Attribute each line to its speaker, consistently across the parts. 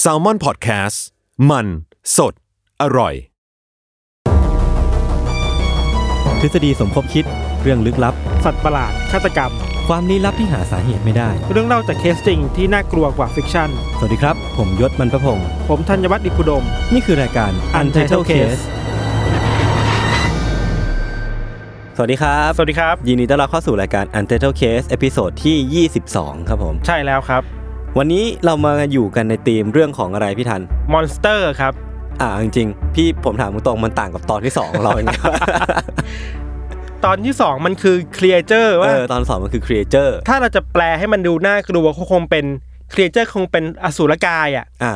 Speaker 1: แซลมอนพอดแคสต์มันสดอร่อย
Speaker 2: ทฤษฎีสมคบคิดเรื่องลึกลับ
Speaker 3: สัตว์ประหลาดฆาตกรรม
Speaker 2: ความลี้ลับที่หาสาเหตุไม่ได้
Speaker 3: เรื่องเล่าจากเคสจริงที่น่ากลัวกว่าฟิกชั่น
Speaker 2: สวัสดีครับ ผมยศมันประพงศ์
Speaker 3: ผมธัญวัฒน์อิพุดม
Speaker 2: นี่คือรายการ Untitled Case สวัสดีครับ
Speaker 3: สวัสดีครับ
Speaker 2: ยินดีต้อนรับเข้าสู่รายการ Untitled Case เอพิโซดที่ 22 ครับผม
Speaker 3: ใช่แล้วครับ
Speaker 2: วันนี้เรามาอยู่กันในธีมเรื่องของอะไรพี่ทัน
Speaker 3: มอนสเตอร์ครับ
Speaker 2: อ่าจริงๆ พี่ผมถามตรงๆมันต่างกับตอนที่ 2 เราเองนะ
Speaker 3: ตอนที่ 2 มันคือครีเอเจอร์ว่า
Speaker 2: เออตอนสองมันคือ Creature
Speaker 3: ถ้าเราจะแปลให้มันดูน่ากลัวก็คงเป็นครีเอเจอร์คงเป็นอสูรกายอ่ะ
Speaker 2: อ่า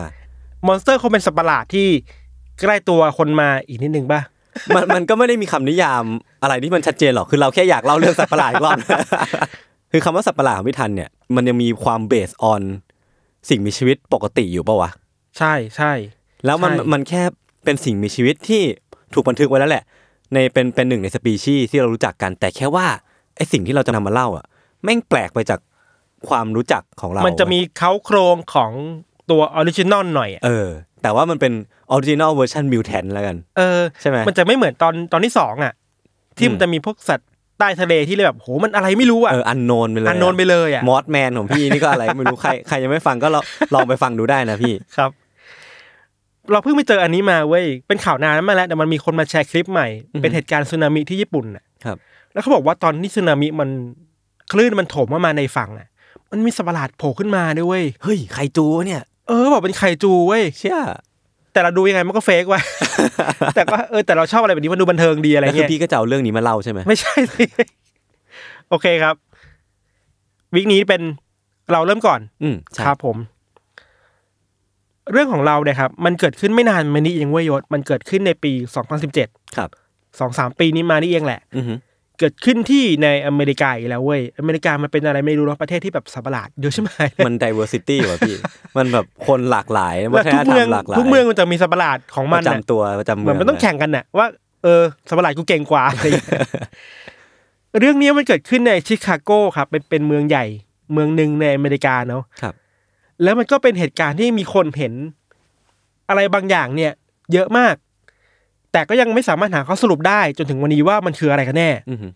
Speaker 3: มอนสเตอร์คงเป็นสัตว์ประหลาดที่ใกล้ตัวคนมาอีกนิดนึงป่ะ
Speaker 2: มันมันก็ไม่ได้มีคำนิยามอะไรที่มันชัดเจนหรอก คือเราแค่อยากเล่าเรื่องสัตว์ประหลาดอีกรอบ คือคำว่าสัตว์ประหลาดของพี่ทันเนี่ย มันยังมีความเบสออนสิ่งมีชีวิตปกติอยู่ปะวะ
Speaker 3: ใช่ใช่
Speaker 2: แล้วมัน
Speaker 3: ใช่
Speaker 2: มันแค่เป็นสิ่งมีชีวิตที่ถูกบันทึกไว้แล้วแหละ ในเป็นเป็นหนึ่งในสปีชีส์ที่เรารู้จักกัน แต่แค่ว่าไอสิ่งที่เราจะนำมาเล่าอ่ะแม่งแปลกไปจากความรู้จักของเรา
Speaker 3: มั
Speaker 2: มัน
Speaker 3: จะมีเขาโครงของตัวออริจินอลหน่อยอะ
Speaker 2: เออ แต่ว่ามันเป็นออริจินอลเวอร์ชันมิวแทนแล้วกัน
Speaker 3: เออ
Speaker 2: ใช่ไหม
Speaker 3: มันจะไม่เหมือนตอนตอนที่สองอ่ะ ที่
Speaker 2: อืม
Speaker 3: มันจะมีพวกสัตว์ใต้ทะเลที่เลยแบบโหมันอะไรไม่รู้อ่ะ
Speaker 2: เอออันโนนไปเลย
Speaker 3: อันโนนไปเลยอ่ะ
Speaker 2: มอสแมนของพี่นี่ก็อะไรไม่รู้ ใครใครยังไม่ฟังก็ลองลองไปฟังดูได้นะพี่
Speaker 3: ครับ เราเพิ่งไปเจออันนี้มาเว้ยเป็นข่าวนานมากแล้วแต่มันมีคนมาแชร์คลิปใหม่
Speaker 2: อือฮึ
Speaker 3: เป็นเหตุการณ์สึนามิที่ญี่ปุ่นน่ะ
Speaker 2: ครับ
Speaker 3: แล้วเขาบอกว่าตอนที่สึนามิมันคลื่นมันโถมเข้ามาในฝั่งอ่ะ มันมีสัตว์ประหลาดโผล่ขึ้นมาด้วยเว้ย
Speaker 2: เฮ้ยใครจูวะเนี่ย
Speaker 3: เออบอกเป็นไคจูเว้ย
Speaker 2: เชี่ย
Speaker 3: แต่เราดูยังไงมันก็เฟก ว่ะ แต่ก็เออแต่เราชอบอะไรแบบนี้มันดูบันเทิงดีอะไร
Speaker 2: แล้วคือ
Speaker 3: เงี้ย
Speaker 2: พี่ก็จะเอาเรื่องนี้มาเล่าใช่ไหม
Speaker 3: ไม่ใช่สิ โอเคครับ วิกนี้เป็นเราเริ่มก่อน
Speaker 2: อืมใช่
Speaker 3: ครับผม เรื่องของเราเนี่ยครับ มันเกิดขึ้นไม่นานมานี้เองเว้ยยศมันเกิดขึ้นในปี 2017
Speaker 2: ครับ
Speaker 3: สองสามปีนี้มานี่เองแหละ
Speaker 2: อือฮึ
Speaker 3: เกิดขึ้นที่ในอเมริกาอีกแล้วเว้ย อเมริกามันเป็นอะไรไม่รู้เนาะประเทศที่แบบสัตว์ประหลาดเยอะใช่ไหม
Speaker 2: มัน diversity ว่ะพี่ มันแบบคนหลากหลายวั
Speaker 3: แล้
Speaker 2: ฒ
Speaker 3: วทุ
Speaker 2: นธร
Speaker 3: กเมื
Speaker 2: รม
Speaker 3: อง
Speaker 2: หลากหลาย
Speaker 3: ทุกเมืองมันจะมีสัตว์ประหลาดของ
Speaker 2: ป
Speaker 3: มัน
Speaker 2: ระ
Speaker 3: น่ะ
Speaker 2: จำตัวประจำ
Speaker 3: เห
Speaker 2: เมื
Speaker 3: มื
Speaker 2: อ
Speaker 3: องนมันต้องแข่งกันน่ะว่าเออสัตว์ประหลาดกูเก่งกว่าอะไรอย่างเงี้ย เรื่องนี้มันเกิดขึ้นในชิคาโกครับ เป็นเป็นเมืองใหญ่ เมืองหนึ่งในอเมริกาเนาะ
Speaker 2: ครับ
Speaker 3: แล้วมันก็เป็นเหตุการณ์ที่มีคนเห็น อะไรบางอย่างเนี่ย เยอะมาก แต่ก็ยังไม่สามารถหาข้อสรุปได้จนถึงวันนี้ว่ามันคืออะไรกันแน่
Speaker 2: อือฮึ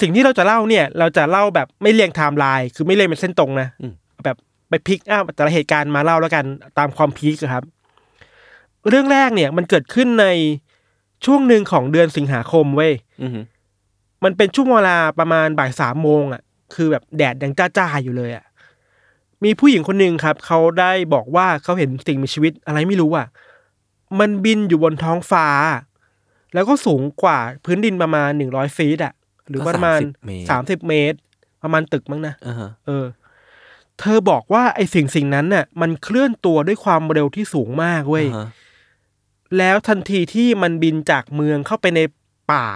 Speaker 3: สิ่งที่เราจะเล่าเนี่ย เราจะเล่าแบบไม่เรียงไทม์ไลน์คือไม่เรียงเป็นเส้นตรงนะ
Speaker 2: อืม
Speaker 3: แบบไปพลิกอัพแต่ละเหตุการณ์มาเล่าแล้วกันตามความพีคอะครับ เรื่องแรกเนี่ย มันเกิดขึ้นในช่วงหนึ่งของเดือนสิงหาคมเว้ย
Speaker 2: อือฮึ
Speaker 3: มันเป็นช่วงเวลาประมาณบ่ายสามโมงอะคือแบบแดดยังจ้าๆอยู่เลยอะมีผู้หญิงคนหนึ่งครับเขาได้บอกว่าเขาเห็นสิ่งมีชีวิตอะไรไม่รู้อะมันบินอยู่บนท้องฟ้า แล้วก็สูงกว่าพื้นดินประมาณหนึ่งร้อยฟีตอะหรือประมาณ
Speaker 2: ก็30เมตร
Speaker 3: สามสิบเมตร ประมาณตึกมั้งนะ
Speaker 2: อ่าฮะ
Speaker 3: เออ เธอบอกว่าไอ้สิ่งสิ่งนั้นน่ะ มันเคลื่อนตัวด้วยความเร็วที่สูงมากเว้ย
Speaker 2: อ่าฮะ
Speaker 3: แล้วทันทีที่มันบินจากเมืองเข้าไปในป่า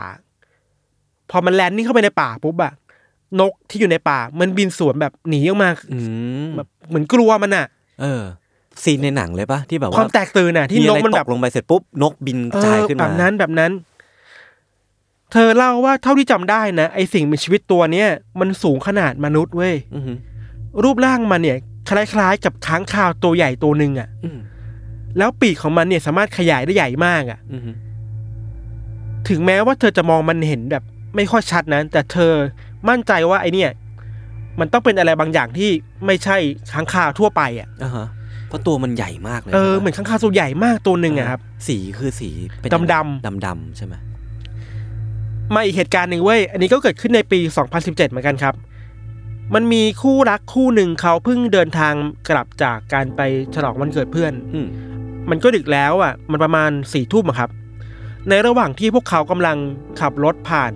Speaker 3: พอมันแลนดิ้งเข้าไปในป่าปุ๊บอะนกที่อยู่ในป่า มันบินสวนแบบหนีออกมา
Speaker 2: อืม
Speaker 3: แบบเหมือนกลัวมันอะ
Speaker 2: เออซีนในหนังเลยปะที่แบบ
Speaker 3: ควา
Speaker 2: ว่าม
Speaker 3: แตกตื่นอะที่
Speaker 2: มี
Speaker 3: น
Speaker 2: อะ
Speaker 3: ก
Speaker 2: ไร
Speaker 3: มัน
Speaker 2: ต
Speaker 3: แบบ
Speaker 2: กลงไปเสร็จปุ๊บนกบินกระจายขึ้น
Speaker 3: เออ
Speaker 2: มา
Speaker 3: แบบนั้นแบบนั้น เธอเล่าว่าเท่าที่จำได้นะไอ้สิ่งมีชีวิตตัวเนี้ยมันสูงขนาดมนุษย์เว้ย
Speaker 2: อือฮึ
Speaker 3: รูปร่างมันเนี่ยคล้ายๆ กับค้างคาวตัวใหญ่ตัวหนึ่งอะ่ะ
Speaker 2: อืม
Speaker 3: แล้วปีกของมันเนี่ยสามารถขยายได้ใหญ่มากอะ่ะ
Speaker 2: อือฮึ
Speaker 3: ถึงแม้ว่าเธอจะมองมันเห็นแบบไม่ค่อยชัดนะแต่เธอมั่นใจว่าไอเนี่ย มันต้องเป็นอะไรบางอย่างที่ไม่ใช่ค้างคาวทั่วไปอะ่ะ
Speaker 2: อ่าฮะเพราะตัวมันใหญ่มากเลย
Speaker 3: เออ
Speaker 2: ใช่ปะ
Speaker 3: เหมือนค้างคาวตัวใหญ่มากตัวหนึ่งอะครับ
Speaker 2: สีคือสีเป็น
Speaker 3: ดำ
Speaker 2: ดำดำๆใช่ไหม
Speaker 3: มาอีกเหตุการณ์หนึ่งเว้ย อันนี้ก็เกิดขึ้นในปี 2017 เหมือนกันครับ มันมีคู่รักคู่หนึ่งเขาเพิ่งเดินทางกลับจากการไปฉลองวันเกิดเพื่อน
Speaker 2: อืม
Speaker 3: มันก็ดึกแล้วอ่ะ มันประมาณสี่ทุ่มอะครับ ในระหว่างที่พวกเขากำลังขับรถผ่าน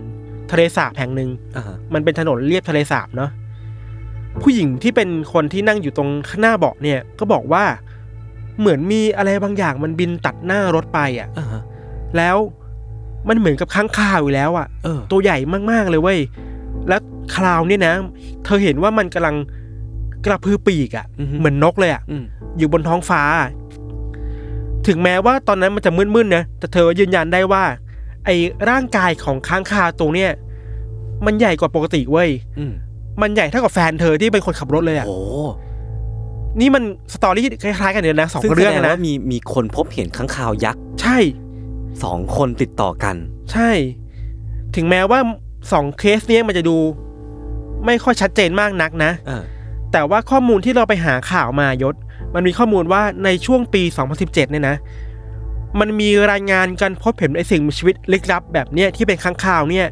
Speaker 3: ทะเลสาบแห่งหนึ่ง
Speaker 2: อ่าฮะ
Speaker 3: มันเป็นถนนเลียบทะเลสาบเนาะ ผู้หญิงที่เป็นคนที่นั่งอยู่ตรงข้างหน้าเบาะเนี่ย ก็บอกว่าเหมือนมีอะไรบางอย่างมันบินตัดหน้ารถไปอ่ะ
Speaker 2: อ่าฮะ
Speaker 3: แล้วมันเหมือนกับค้างคาวอยู่แล้วอ่ะ
Speaker 2: เออ
Speaker 3: ตัวใหญ่มากๆเลยเว้ย แล้วคราวเนี่ยนะ เธอเห็นว่ามันกำลังกระพือปีกอ่ะ
Speaker 2: อือฮึ
Speaker 3: เหมือนนกเลยอ่ะ
Speaker 2: อืม
Speaker 3: อยู่บนท้องฟ้า ถึงแม้ว่าตอนนั้นมันจะมืดๆนะแต่เธอยืนยันได้ว่า ไอ้ร่างกายของค้างคาตัวเนี่ย มันใหญ่กว่าปกติเว้ย
Speaker 2: อืม
Speaker 3: มันใหญ่เท่ากับแฟนเธอที่เป็นคนขับรถเลยอะ
Speaker 2: โอ้
Speaker 3: นี่มันสตอรี่คล้ายๆกันเลยนะสอง
Speaker 2: ซึ่งแส
Speaker 3: เรื่อง
Speaker 2: ดง
Speaker 3: นะ
Speaker 2: ว่ามีมีคนพบเห็นค้างคาวยักษ์
Speaker 3: ใช่
Speaker 2: สองคนติดต่อกัน
Speaker 3: ใช่ ถึงแม้ว่าสองเคสเนี้ยมันจะดู ไม่ค่อยชัดเจนมากนักนะ
Speaker 2: เออ
Speaker 3: แต่ว่าข้อมูลที่เราไปหาข่าวมายศ มันมีข้อมูลว่าในช่วงปี 2017 เนี่ยนะ มันมีรายงานการพบเห็นไอสิ่งมีชีวิตลึกลับแบบเนี้ยที่เป็นค้างคาวเนี่ย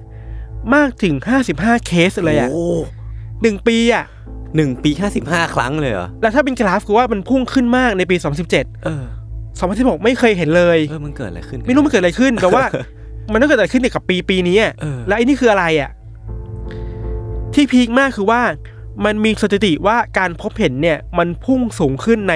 Speaker 3: มากถึง 55 เคสเลยอะ
Speaker 2: โอ้
Speaker 3: หนึ่งปีอะ
Speaker 2: หนึ่งปีห้าสิบห้าครั้งเลยเหรอ
Speaker 3: แล้วถ้าเป็นกราฟคือว่ามันพุ่งขึ้นมากในปี 2017
Speaker 2: เออ
Speaker 3: 2016 ไม่เคยเห็นเลย
Speaker 2: เออ มันเกิดอะไรขึ้น
Speaker 3: ไม่รู้มันเกิดอะไรขึ้น แต่ ว่า มันต้องเกิดอะไรขึ้นเกี่ยวกับปีปีนี้อะ
Speaker 2: เออ
Speaker 3: และไอ้นี่คืออะไรอ่ะ ที่พีคมากคือว่า มันมีสถิติว่าการพบเห็นเนี่ย มันพุ่งสูงขึ้นใน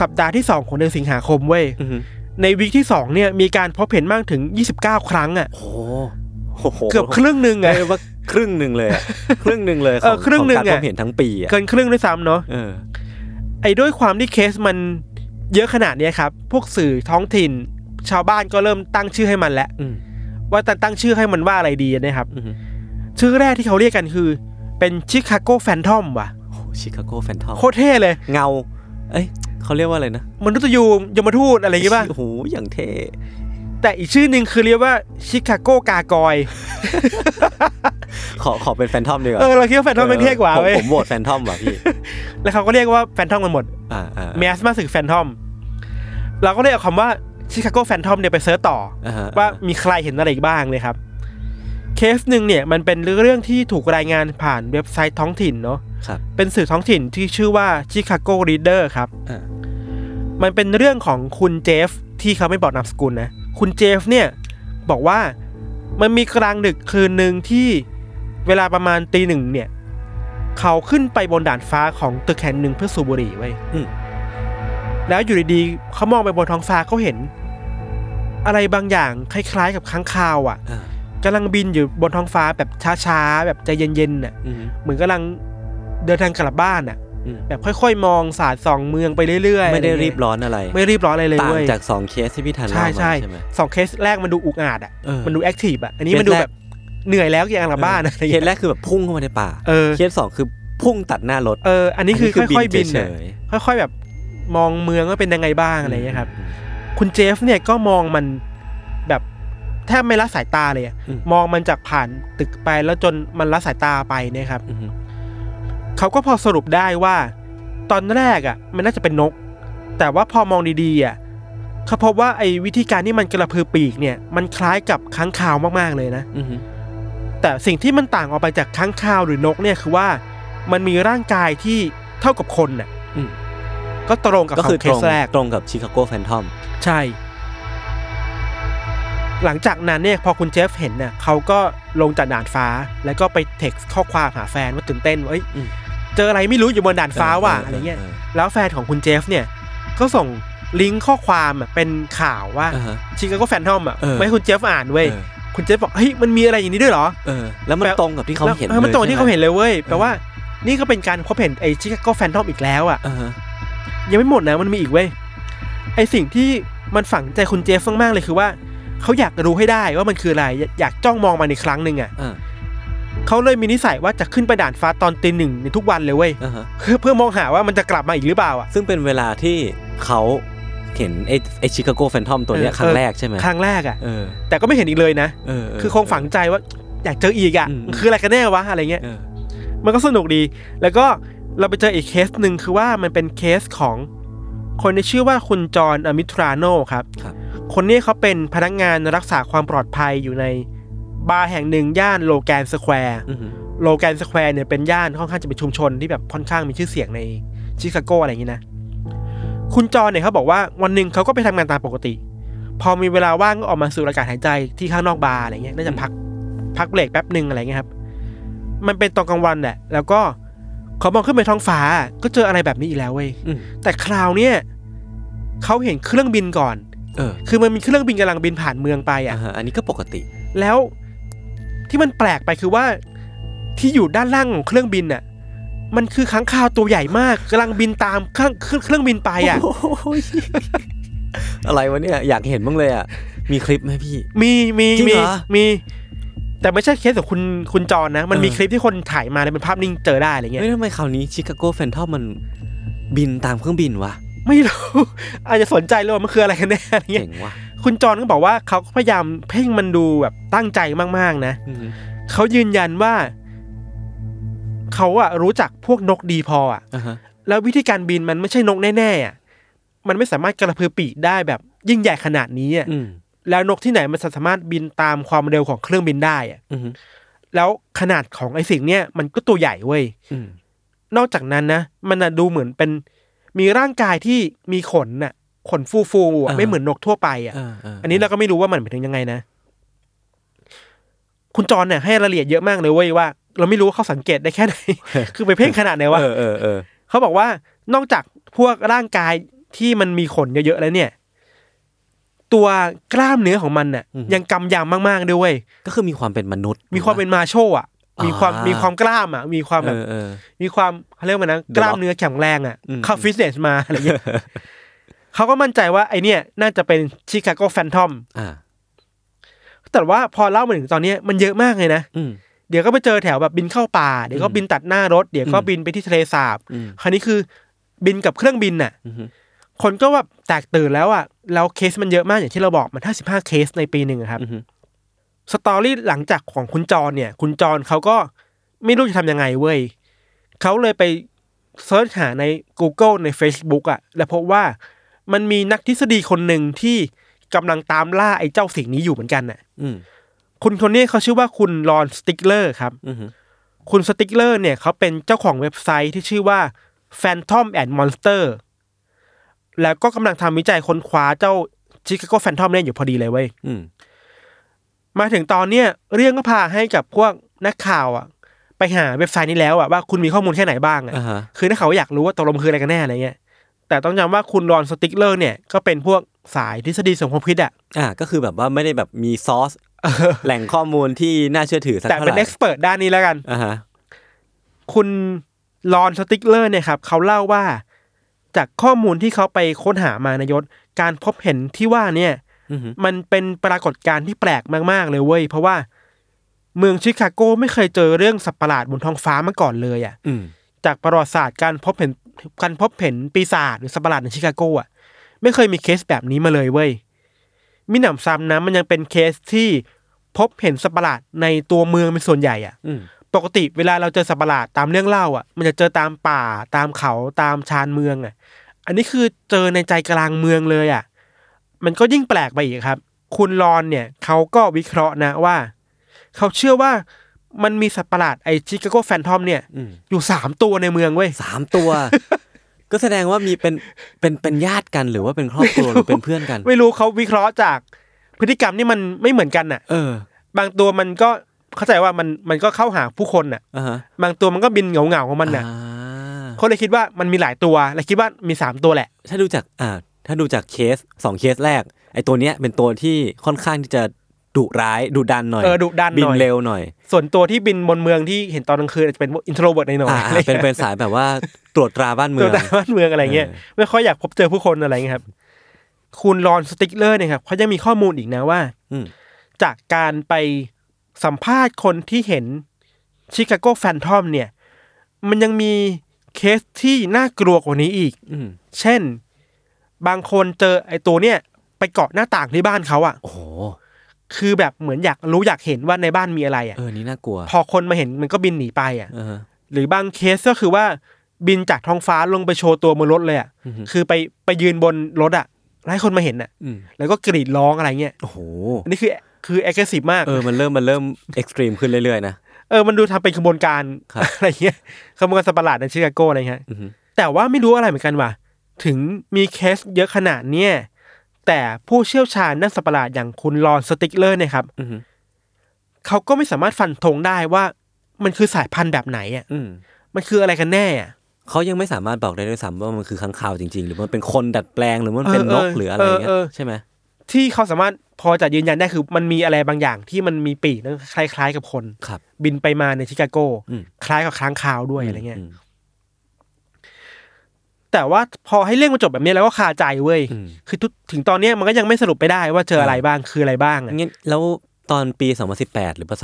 Speaker 3: สัปดาห์ที่สองของเดือนสิงหาคมเว้ย
Speaker 2: อือหือ
Speaker 3: ในวีคที่สองเนี่ยมีการพบเห็นมากถึง 29 ครั้งอ่ะ
Speaker 2: โอ้โห
Speaker 3: เกือบครึ่งหนึ่งไง
Speaker 2: เรียกว่าครึ่งหนึ่งเลย อะครึ่งหนึ่งเลยข
Speaker 3: เออ
Speaker 2: อง
Speaker 3: ครึ่งหนึ่ง
Speaker 2: ขอการพ
Speaker 3: อะ
Speaker 2: บเห็นทั้งปีอ่ะ
Speaker 3: เกินครึ่งด้วยซ้ำเนาะ
Speaker 2: เออ
Speaker 3: ไอ้ด้วยความที่เคสมันเยอะขนาดเนี้ยครับ พวกสื่อท้องถิ่น ชาวบ้านก็เริ่มตั้งชื่อให้มันแล้ว
Speaker 2: อืม
Speaker 3: ว่าจะตั้งชื่อให้มันว่าอะไรดีนะครับ
Speaker 2: อือหือ
Speaker 3: ชื่อแรกที่เขาเรียกกันคือ เป็นชิคาโกแฟนทอมว่ะ
Speaker 2: โอ้ชิคาโกแฟนทอม
Speaker 3: โคตรเท่เลย
Speaker 2: เงา เอ้ยเขาเรียกว่าอะไรนะ
Speaker 3: มนุษย์ยูยมทูตอะไรอย่าง งี้ป่ะ
Speaker 2: โอ้โหอย่างเท่
Speaker 3: แต่อีกชื่อหนึ่งคือเรียกว่าชิคาโกกากอย
Speaker 2: ขอขอเป็นแฟนทอมดีกว่า
Speaker 3: เออ เราคิดว่าแฟนทอมเป็นเท่กว่า
Speaker 2: ผม
Speaker 3: เว้ย
Speaker 2: ผมโหวตแฟนทอมว่ะพี่
Speaker 3: แล้วเขาก็เรียกว่าแฟนทอมกันหมด
Speaker 2: อ่าอ่า
Speaker 3: แมสมาสึกแฟนทอม เราก็เลยเอาคำว่าชิคาโกแฟนทอมเนี่ยไปเซิร์ชต่อ
Speaker 2: อ่ฮะ
Speaker 3: อว่ามีใครเห็นอะไรอีกบ้างเลยครับ เคสหนึ่งเนี่ยมันเป็นเรื่องที่ถูกรายงานผ่านเว็บไซต์ท้องถิ่นเนาะ
Speaker 2: ครับ
Speaker 3: เป็นสื่อท้องถิ่นที่ชื่อว่าชิคาโกรีเดอร์ครับ
Speaker 2: อ่า
Speaker 3: มันเป็นเรื่องของคุณเจฟ ที่เขาไม่บอกนามสกุลนะ คุณเจฟเนี่ยบอกว่ามันมีกลางดึกคืนหนึ่งที่เวลาประมาณตีหนึ่งเนี่ย เขาขึ้นไปบนดาดฟ้าของตึกแห่งหนึ่งเพื่อสูบบุหรี่ไว้ย
Speaker 2: อืม
Speaker 3: แล้วอยู่ดีๆเขามองไปบนท้องฟ้าเขาเห็น อะไรบางอย่างคล้ายๆ กับค้างคาวอะ่ะ
Speaker 2: อ่าก
Speaker 3: ำลังบินอยู่บนท้องฟ้าแบบช้าๆแบบใจเย็นๆน่ะ
Speaker 2: อือหือ
Speaker 3: เหมือนกำลังเดินทางกลับบ้านน่ะ
Speaker 2: อืม
Speaker 3: แบบค่อยๆ มองสาดส่องเมืองไปเรื่อยๆ
Speaker 2: ไม่ได้
Speaker 3: อะ
Speaker 2: รี
Speaker 3: เงี้ย
Speaker 2: บร้อนอะไร
Speaker 3: ไม่รีบร้อนอะไรเลย
Speaker 2: ต่าง
Speaker 3: เว้ย
Speaker 2: จากสองเคสที่พี่ทันเล่า
Speaker 3: ใช่
Speaker 2: มา
Speaker 3: ใช่
Speaker 2: ใช่ไหม
Speaker 3: สองเคสแรกมันดูอุกอาจอ่ะ
Speaker 2: เออ
Speaker 3: มันดูแอคทีฟอ่ะอันนี้
Speaker 2: เคส
Speaker 3: มันดู
Speaker 2: แรก
Speaker 3: แบบเหนื่อยแล้วอยากกลับบ้านอะไร
Speaker 2: เค
Speaker 3: เงี้
Speaker 2: ส
Speaker 3: ย
Speaker 2: แรกคือแบบพุ่งเข้ามาในป่า
Speaker 3: เออ
Speaker 2: เคสสองคือพุ่งตัดหน้ารถ
Speaker 3: เออ อันนี้คือค่อยๆบิน
Speaker 2: เฉ
Speaker 3: น่ะ
Speaker 2: ย
Speaker 3: ค่อยๆแบบมองเมืองว่าเป็นยังไงบ้าง
Speaker 2: ๆ
Speaker 3: อะไรเงี้ยครับ คุณเจฟเนี่ยก็มองมันแบบแทบไม่ละสายตาเลยอะ
Speaker 2: อืม
Speaker 3: มองมันจากผ่านตึกไปแล้วจนมันละสายตาไปเนะครับ
Speaker 2: อืม
Speaker 3: เขาก็พอสรุปได้ว่า ตอนแรกอ่ะ มันน่าจะเป็นนก แต่ว่าพอมองดีๆอ่ะเขาพบว่าไอ้วิธีการที่มันกระพือปีกเนี่ย มันคล้ายกับค้างคาวมากๆเลยนะ
Speaker 2: อืม
Speaker 3: แต่สิ่งที่มันต่างออกไปจากค้างคาวหรือนกเนี่ยคือว่า มันมีร่างกายที่เท่ากับคนน่ะ
Speaker 2: อืม
Speaker 3: ก็ตรงกับ
Speaker 2: ก็
Speaker 3: ขอ
Speaker 2: คือง
Speaker 3: เค
Speaker 2: ตรง
Speaker 3: สแรก
Speaker 2: ตรงกับชิคาโกแฟนทอม
Speaker 3: ใช่ หลังจากนั้นเนี่ยพอคุณเจฟเห็นน่ะเขาก็ลงจากด่านฟ้า แล้วก็ไปเท็กซ์ข้อความหาแฟนว่าตื่นเต้นว่าเอ้ยเจออะไรไม่รู้อยู่บนด่านฟ้าว่ะอะไรเงี้ย แล้วแฟนของคุณเจฟเนี่ย ก็ส่งลิงก์ข้อความอะเป็นข่าวว่า
Speaker 2: อ่าฮะ
Speaker 3: ชิคาโกแฟนทอมอ่ะ
Speaker 2: เออ
Speaker 3: ไม่ให้คุณเจฟอ่านเว้ย
Speaker 2: เออ
Speaker 3: คุณเจฟบอกเฮ้ยมันมีอะไรอย่างนี้ด้วยเหรอ
Speaker 2: เออ แล้วมัน
Speaker 3: แปล
Speaker 2: ตรงกับที่เขาเห็น
Speaker 3: แล้วออมันตรงกั
Speaker 2: ล
Speaker 3: บ
Speaker 2: ย
Speaker 3: ที่เขาเห็น
Speaker 2: ใช่ไ
Speaker 3: เลยเว้ยแปลว่านี่ก็เป็นการพบเห็นไอชิคาโกแฟนทอมอีกแล้วอ่ะ
Speaker 2: มอ่าฮะ
Speaker 3: ยังไม่หมดนะมันมีอีกเว้ยไอสิ่งที่มันฝังใจคุณเจฟมากๆเลยคือว่าเขาอยากรู้ให้ได้ว่ามันคืออะไรอยากอยากจ้องมองมันอีกครั้งหนึ่งอ่ะ
Speaker 2: อ่า
Speaker 3: เขาเลยมีนิสัยว่าจะขึ้นไปด่านฟ้าตอนตีหนึ่งในทุกวันเลยเว้ย
Speaker 2: อ่าฮะ
Speaker 3: เพื่อเพื่อมองหาว่ามันจะกลับมาอีกหรือเปล่าอ่ะ
Speaker 2: ซึ่งเป็นเวลาที่เขาเห็นไอ้ไอ้ชิคาโกแฟนทอมตัวเนี้ย
Speaker 3: เออ
Speaker 2: ครั้งแรกใช่ไหม
Speaker 3: ครั้งแรกอ่ะ
Speaker 2: เออ
Speaker 3: แต่ก็ไม่เห็นอีกเลยนะ
Speaker 2: เออเ
Speaker 3: คือคงฝังใจว่าอยากเจออีกอ่ะ
Speaker 2: อืม
Speaker 3: มันคืออะไรกันแน่วะอะไรเงี้ย
Speaker 2: เออ
Speaker 3: มันก็สนุกดี แล้วก็เราไปเจออีกเคสหนึ่งคือว่ามันเป็นเคสของคนที่ชื่อว่าคุณจอห์นอมิทราโนครับ
Speaker 2: ครับ
Speaker 3: คนนี้เขาเป็นพนักงานรักษาความปลอดภัยอยู่ในบาร์แห่งหนึ่งย่านโลแกนสแควร์
Speaker 2: อือฮึ
Speaker 3: โลแกนสแควร์เนี่ยเป็นย่านค่อนข้างจะเป็นชุมชนที่แบบค่อนข้างมีชื่อเสียงในชิคาโกอะไรอย่างนี้นะคุณจอห์นเนี่ยเขาบอกว่าวันหนึ่งเขาก็ไปทำงานตามปกติ พอมีเวลาว่างก็ออกมาสูดอากาศหายใจที่ข้างนอกบาร์อะไรเงี้ยน่าจะพักพักเบรกแป๊บหนึ่งอะไรเงี้ยครับ มันเป็นตอนกลางวันแหละ แล้วก็เขามองขึ้นไปท้องฟ้าก็เจออะไรแบบนี้อีกแล้วเว้ย
Speaker 2: อืม
Speaker 3: แต่คราวเนี้ยเขาเห็นเครื่องบินก่อน
Speaker 2: เออ
Speaker 3: คือมันมีเครื่องบินกำลังบินผ่านเมืองไป
Speaker 2: อ่า
Speaker 3: อ่ะ
Speaker 2: ฮะอันนี้ก็ปกติ
Speaker 3: แล้วที่มันแปลกไปคือว่าที่อยู่ด้านล่างของเครื่องบินน่ะ มันคือค้างคาวตัวใหญ่มากกำลังบินตามเครื่องเครื่องเครื่องบินไปอ่ะ
Speaker 2: โอ้โหอะไรวะเนี่ยอยากเห็นบ้างเลยอ่ะ มีคลิปไหมพี่
Speaker 3: มีมี
Speaker 2: จริง
Speaker 3: มี
Speaker 2: เหรอ
Speaker 3: มี แต่ไม่ใช่เคสของคุณคุณจรนะ มันมี
Speaker 2: เออ
Speaker 3: คลิปที่คนถ่ายมาเลยเป็นภาพนิ่งเจอได้อะไรเงี้ย
Speaker 2: เฮ้ยทำไมคราวนี้ชิคาโกแฟนทอมมัน บินตามเครื่องบินวะ
Speaker 3: ไม่รู้ อาจจะสนใจเลยว่ามันคืออะไรกันแน่อะไรเงี้
Speaker 2: เจ๋
Speaker 3: ย
Speaker 2: งวะ
Speaker 3: คุณจอนก็บอกว่าเขาก็พยายามเพ่งมันดูแบบตั้งใจมากๆนะ
Speaker 2: อืม
Speaker 3: เขายืนยันว่า เขาอะรู้จักพวกนกดีพออะ
Speaker 2: อ่าฮะ
Speaker 3: แล้ววิธีการบินมันไม่ใช่นกแน่ๆอะมันไม่สามารถกระพือปีกได้แบบยิ่งใหญ่ขนาดนี้อะ
Speaker 2: อืม
Speaker 3: แล้วนกที่ไหนมันสามารถบินตามความเร็วของเครื่องบินได้อะ
Speaker 2: อืม
Speaker 3: แล้วขนาดของไอ้สิ่งเนี้ยมันก็ตัวใหญ่เว้ย
Speaker 2: อืม
Speaker 3: นอกจากนั้นนะ มันน่ะดูเหมือนเป็นมีร่างกายที่มีขนน่ะ ขนฟูฟูๆอ่ะไม่เหมือนนกทั่วไปอ่ะ
Speaker 2: อ่าา
Speaker 3: อันนี้เราก็ไม่รู้ว่ามันหมายถึงยังไงนะ คุณจอนเนี่ยให้รายละเอียดเยอะมากเลยเว้ยว่า เราไม่รู้ว่าเขาสังเกตได้แค่ ไหน คือไปเพ่งขนาดไหนวะ
Speaker 2: เออเออเออ
Speaker 3: เขาบอกว่านอกจากพวกร่างกายที่มันมีขนเยอะๆแล้วเนี่ย ตัวกล้ามเนื้อของมันน่ะ ยังกำยำมากๆด้วยเวย
Speaker 2: ก็คือมีความเป็นมนุษย์
Speaker 3: มีความเป็นมาโชอ่ะ มีความ
Speaker 2: อ่ามี
Speaker 3: มีความกล้ามอ่ะ มีความแบบ
Speaker 2: เออเออ
Speaker 3: มีความเขาเรียกว่ามันนะ
Speaker 2: The
Speaker 3: กล้ามเนื้อแข็งแรงอ่ะ
Speaker 2: อืม
Speaker 3: เข้าฟิตเนสมาอะไรเงี้ย เขาก็มั่นใจว่าไอเนี่ย น่าจะเป็นชิคาโกแฟนทอม
Speaker 2: อ่า
Speaker 3: แต่ว่าพอเล่ามาถึงตอนเนี้ยมันเยอะมากเลยนะ
Speaker 2: อืม
Speaker 3: เดี๋ยวก็ไปเจอแถวแบบบินเข้าป่า เดี๋ยวก็บินตัดหน้ารถ เดี๋ยวก็
Speaker 2: อืม
Speaker 3: บินไปที่ทะเลสาบ
Speaker 2: อืม
Speaker 3: คราวนี้คือบินกับเครื่องบินน่ะ
Speaker 2: อืม
Speaker 3: คนก็แบบแตกตื่นแล้วอ่ะแล้วเคสมันเยอะมากอย่างที่เราบอกมันห้าสิบห้าเคสในปีหนึ่งอะครับ
Speaker 2: อืม
Speaker 3: สตอรี่หลังจากของคุณจรเนี่ย คุณจรเขาก็ไม่รู้จะทำยังไงเว้ยเขาเลยไปเซิร์ชหาใน Google ใน Facebook อะ่ะ แล้วพบว่ามันมีนักทฤษฎีคนหนึ่งที่กำลังตามล่าไอ้เจ้าสิ่งนี้อยู่เหมือนกันน่ะ
Speaker 2: อืม
Speaker 3: คุณคนนี้เขาชื่อว่าคุณลอนสติกเลอร์ครับ
Speaker 2: อืม
Speaker 3: คุณสติกเลอร์เนี่ยเขาเป็นเจ้าของเว็บไซต์ที่ชื่อว่า Phantom and Monster แล้วก็กำลังทำวิจัยค้นคว้าเจ้าชิคาโกแฟนทอมเนี่ยอยู่พอดีเลยเว้ย
Speaker 2: อืม
Speaker 3: มาถึงตอนเนี้ยเรื่องก็พาให้กับพวกนักข่าวอ่ะ ไปหาเว็บไซต์นี้แล้วอ่ะว่าคุณมีข้อมูลแค่ไหนบ้างอ่ะ
Speaker 2: อ่าฮะ
Speaker 3: คือนักข่าวอยากรู้ว่าตกลงมันคืออะไรกันแน่อะไรเงี้ยแต่ต้องย้ำว่าคุณรอนสติกเลอร์เนี่ยก็เป็นพวกสายทฤษฎีสมคบคิดอ่ะ
Speaker 2: อ่าก็คือแบบว่าไม่ได้แบบมีซอ สแหล่งข้อมูลที่น่าเชื่อถือสัก
Speaker 3: แต่
Speaker 2: เท่าไห
Speaker 3: เป็น
Speaker 2: ร่
Speaker 3: เอ็กซ์เพรสด้านนี้แล้วกัน
Speaker 2: อ่าฮะ
Speaker 3: คุณรอนสติกเลอร์เนี่ยครับเขาเล่าว่า จากข้อมูลที่เขาไปค้นหามานายศการพบเห็นที่ว่าเนี่ย
Speaker 2: อืม
Speaker 3: มันเป็นปรากฏการณ์ที่แปลกมาก ๆ เลยเว้ยเพราะว่าเมืองชิคาโกไม่เคยเจอเรื่องสัตว์ประหลาดบนท้องฟ้ามาก่อนเลยอ่ะ
Speaker 2: อืม
Speaker 3: จากประวัติศาสตร์การพบเห็นการพบเห็นปีศาจหรือสัตว์ประหลาดในชิคาโกอ่ะไม่เคยมีเคสแบบนี้มาเลยเว้ยมิหนำซ้ำนะมันยังเป็นเคสที่พบเห็นสัตว์ประหลาดในตัวเมืองเป็นส่วนใหญ่อ่ะ
Speaker 2: อืม
Speaker 3: ปกติเวลาเราเจอสัตว์ประหลาดตามเรื่องเล่าอ่ะ มันจะเจอตามป่าตามเขาตามชานเมืองอ่ะ อันนี้คือเจอในใจกลางเมืองเลยอ่ะ มันก็ยิ่งแปลกไปอีกครับ คุณรอนเนี่ยเขาก็วิเคราะห์นะว่า เขาเชื่อว่ามันมีสัตว์ประหลาดไอชิคาโกแฟนทอมเนี่ย
Speaker 2: อืม
Speaker 3: อยู่สามตัวในเมืองเว้ย
Speaker 2: สามตัว ก็แสดงว่ามีเป็นเป็นเป็นญาติกันหรือว่าเป็นครอบครัวหรือเป็นเพื่อนกัน
Speaker 3: ไม่รู้เขาวิเคราะห์จากพฤติกรรมนี่มันไม่เหมือนกันน่ะ
Speaker 2: เออบ
Speaker 3: างตัวมันก็เข้าใจว่ามันมันก็เข้าหาผู้คนน่ะ
Speaker 2: อ่าฮะ
Speaker 3: บางตัวมันก็บินเหงาๆของมันน่ะ
Speaker 2: อ่า
Speaker 3: เขาเลยคิดว่ามันมีหลายตัว และคิดว่ามีสามตัวแหละ
Speaker 2: ถ้าดูจากอ่า ถ้าดูจากเคสสองเคสแรก ไอ้ตัวเนี้ยเป็นตัวที่ค่อนข้างที่จะดุร้ายดุดันหน่อย
Speaker 3: เออดุดันห
Speaker 2: บิ
Speaker 3: น่
Speaker 2: น
Speaker 3: อย
Speaker 2: เร็วหน่อย
Speaker 3: ส่วนตัวที่บินบนเมืองที่เห็นตอนกลางคืนอาจจะเป็นอินโทรเวิร์ดหน่อย
Speaker 2: อ่า
Speaker 3: ๆอะไร
Speaker 2: เป็น
Speaker 3: เงี้ย
Speaker 2: เป็นสายแบบว่าตรวจตราบ้านเมื
Speaker 3: ตัว
Speaker 2: อง
Speaker 3: ตามบ้านเมืองอะไรเงี้ย
Speaker 2: เออ
Speaker 3: ไม่ค่อยอยากพบเจอผู้คนอะไรเงี้ยครับ คุณรอนสติกเลอร์เนี่ยครับเขายังมีข้อมูลอีกนะว่า
Speaker 2: อืม
Speaker 3: จากการไปสัมภาษณ์คนที่เห็นชิคาโกแฟนทอมเนี่ย มันยังมีเคสที่น่ากลัวกว่านี้อีก
Speaker 2: อืม
Speaker 3: เช่น บางคนเจอไอ้ตัวเนี่ยไปเกาะหน้าต่างที่บ้านเขาอะ
Speaker 2: โอ้โห
Speaker 3: คือแบบเหมือนอยากรู้อยากเห็นว่าในบ้านมีอะไรอะ
Speaker 2: เออนี่น่ากลัว
Speaker 3: พอคนมาเห็นมันก็บินหนีไปอะ
Speaker 2: เออฮะ
Speaker 3: หรือบางเคสก็คือว่าบินจากท้องฟ้าลงไปโชว์ตัวบนรถเลยอ่ะ
Speaker 2: อือฮึ
Speaker 3: คือไปไปยืนบนรถอ่ะแล้วให้คนมาเห็นอ่ะ
Speaker 2: อืม
Speaker 3: แล้วก็กรีดร้องอะไรเงี้ย
Speaker 2: โอ้โห
Speaker 3: อันนี้คือคือแอคทีฟมาก
Speaker 2: เออมันเริ่มมันเริ่มเอ็กซ์ตรีมขึ้นเรื่อยๆนะ
Speaker 3: เออมันดูทำเป็นขบวนการ
Speaker 2: ครับ
Speaker 3: อะไรเงี้ยขบวนการสัตว์ประหลาดในชิคาโกอะไรเงี้ย
Speaker 2: อือฮึ
Speaker 3: แต่ว่าไม่รู้อะไรเหมือนกันว่ะถึงมีเคสเยอะขนาดเนี้ยแต่ผู้เชี่ยวชาญด้านสัตว์ประหลาดอย่างคุณลอนสติกเลอร์เนี่ยครับ
Speaker 2: อือฮึ
Speaker 3: เขาก็ไม่สามารถฟันธงได้ว่ามันคือสายพันธุ์แบบไหนอ่ะ
Speaker 2: อืม
Speaker 3: มันคืออะไรกันแน่อ่ะ
Speaker 2: เขายังไม่สามารถบอกได้ด้วยซ้ำว่ามันคือค้างคาวจริงๆ หรือมันเป็นคนดัดแปลงหรือมันเป็น
Speaker 3: เอน อก เออ
Speaker 2: หรืออะไรเงี้
Speaker 3: เอย อเออ
Speaker 2: ใช่ไหม
Speaker 3: ที่เขาสามารถพอจะยืนยันได้คือมันมีอะไรบางอย่างที่มันมีปีกแล้วคล้าย ๆ กับคน
Speaker 2: ครับ
Speaker 3: บินไปมาในชิคาโก
Speaker 2: อืม
Speaker 3: คล้ายกับค้างคาวด้วยอะไรเงี้ย
Speaker 2: ม
Speaker 3: แต่ว่าพอให้เรื่องมันจบแบบนี้แล้วก็คาใจเว้ย
Speaker 2: อืม
Speaker 3: คือทุกถึงตอนเนี้ยมันก็ยังไม่สรุปไปได้ว่าเจออะไรบ้างคืออะไรบ้างอะ
Speaker 2: งั้นแล้วตอนปี 2018 หรือว่า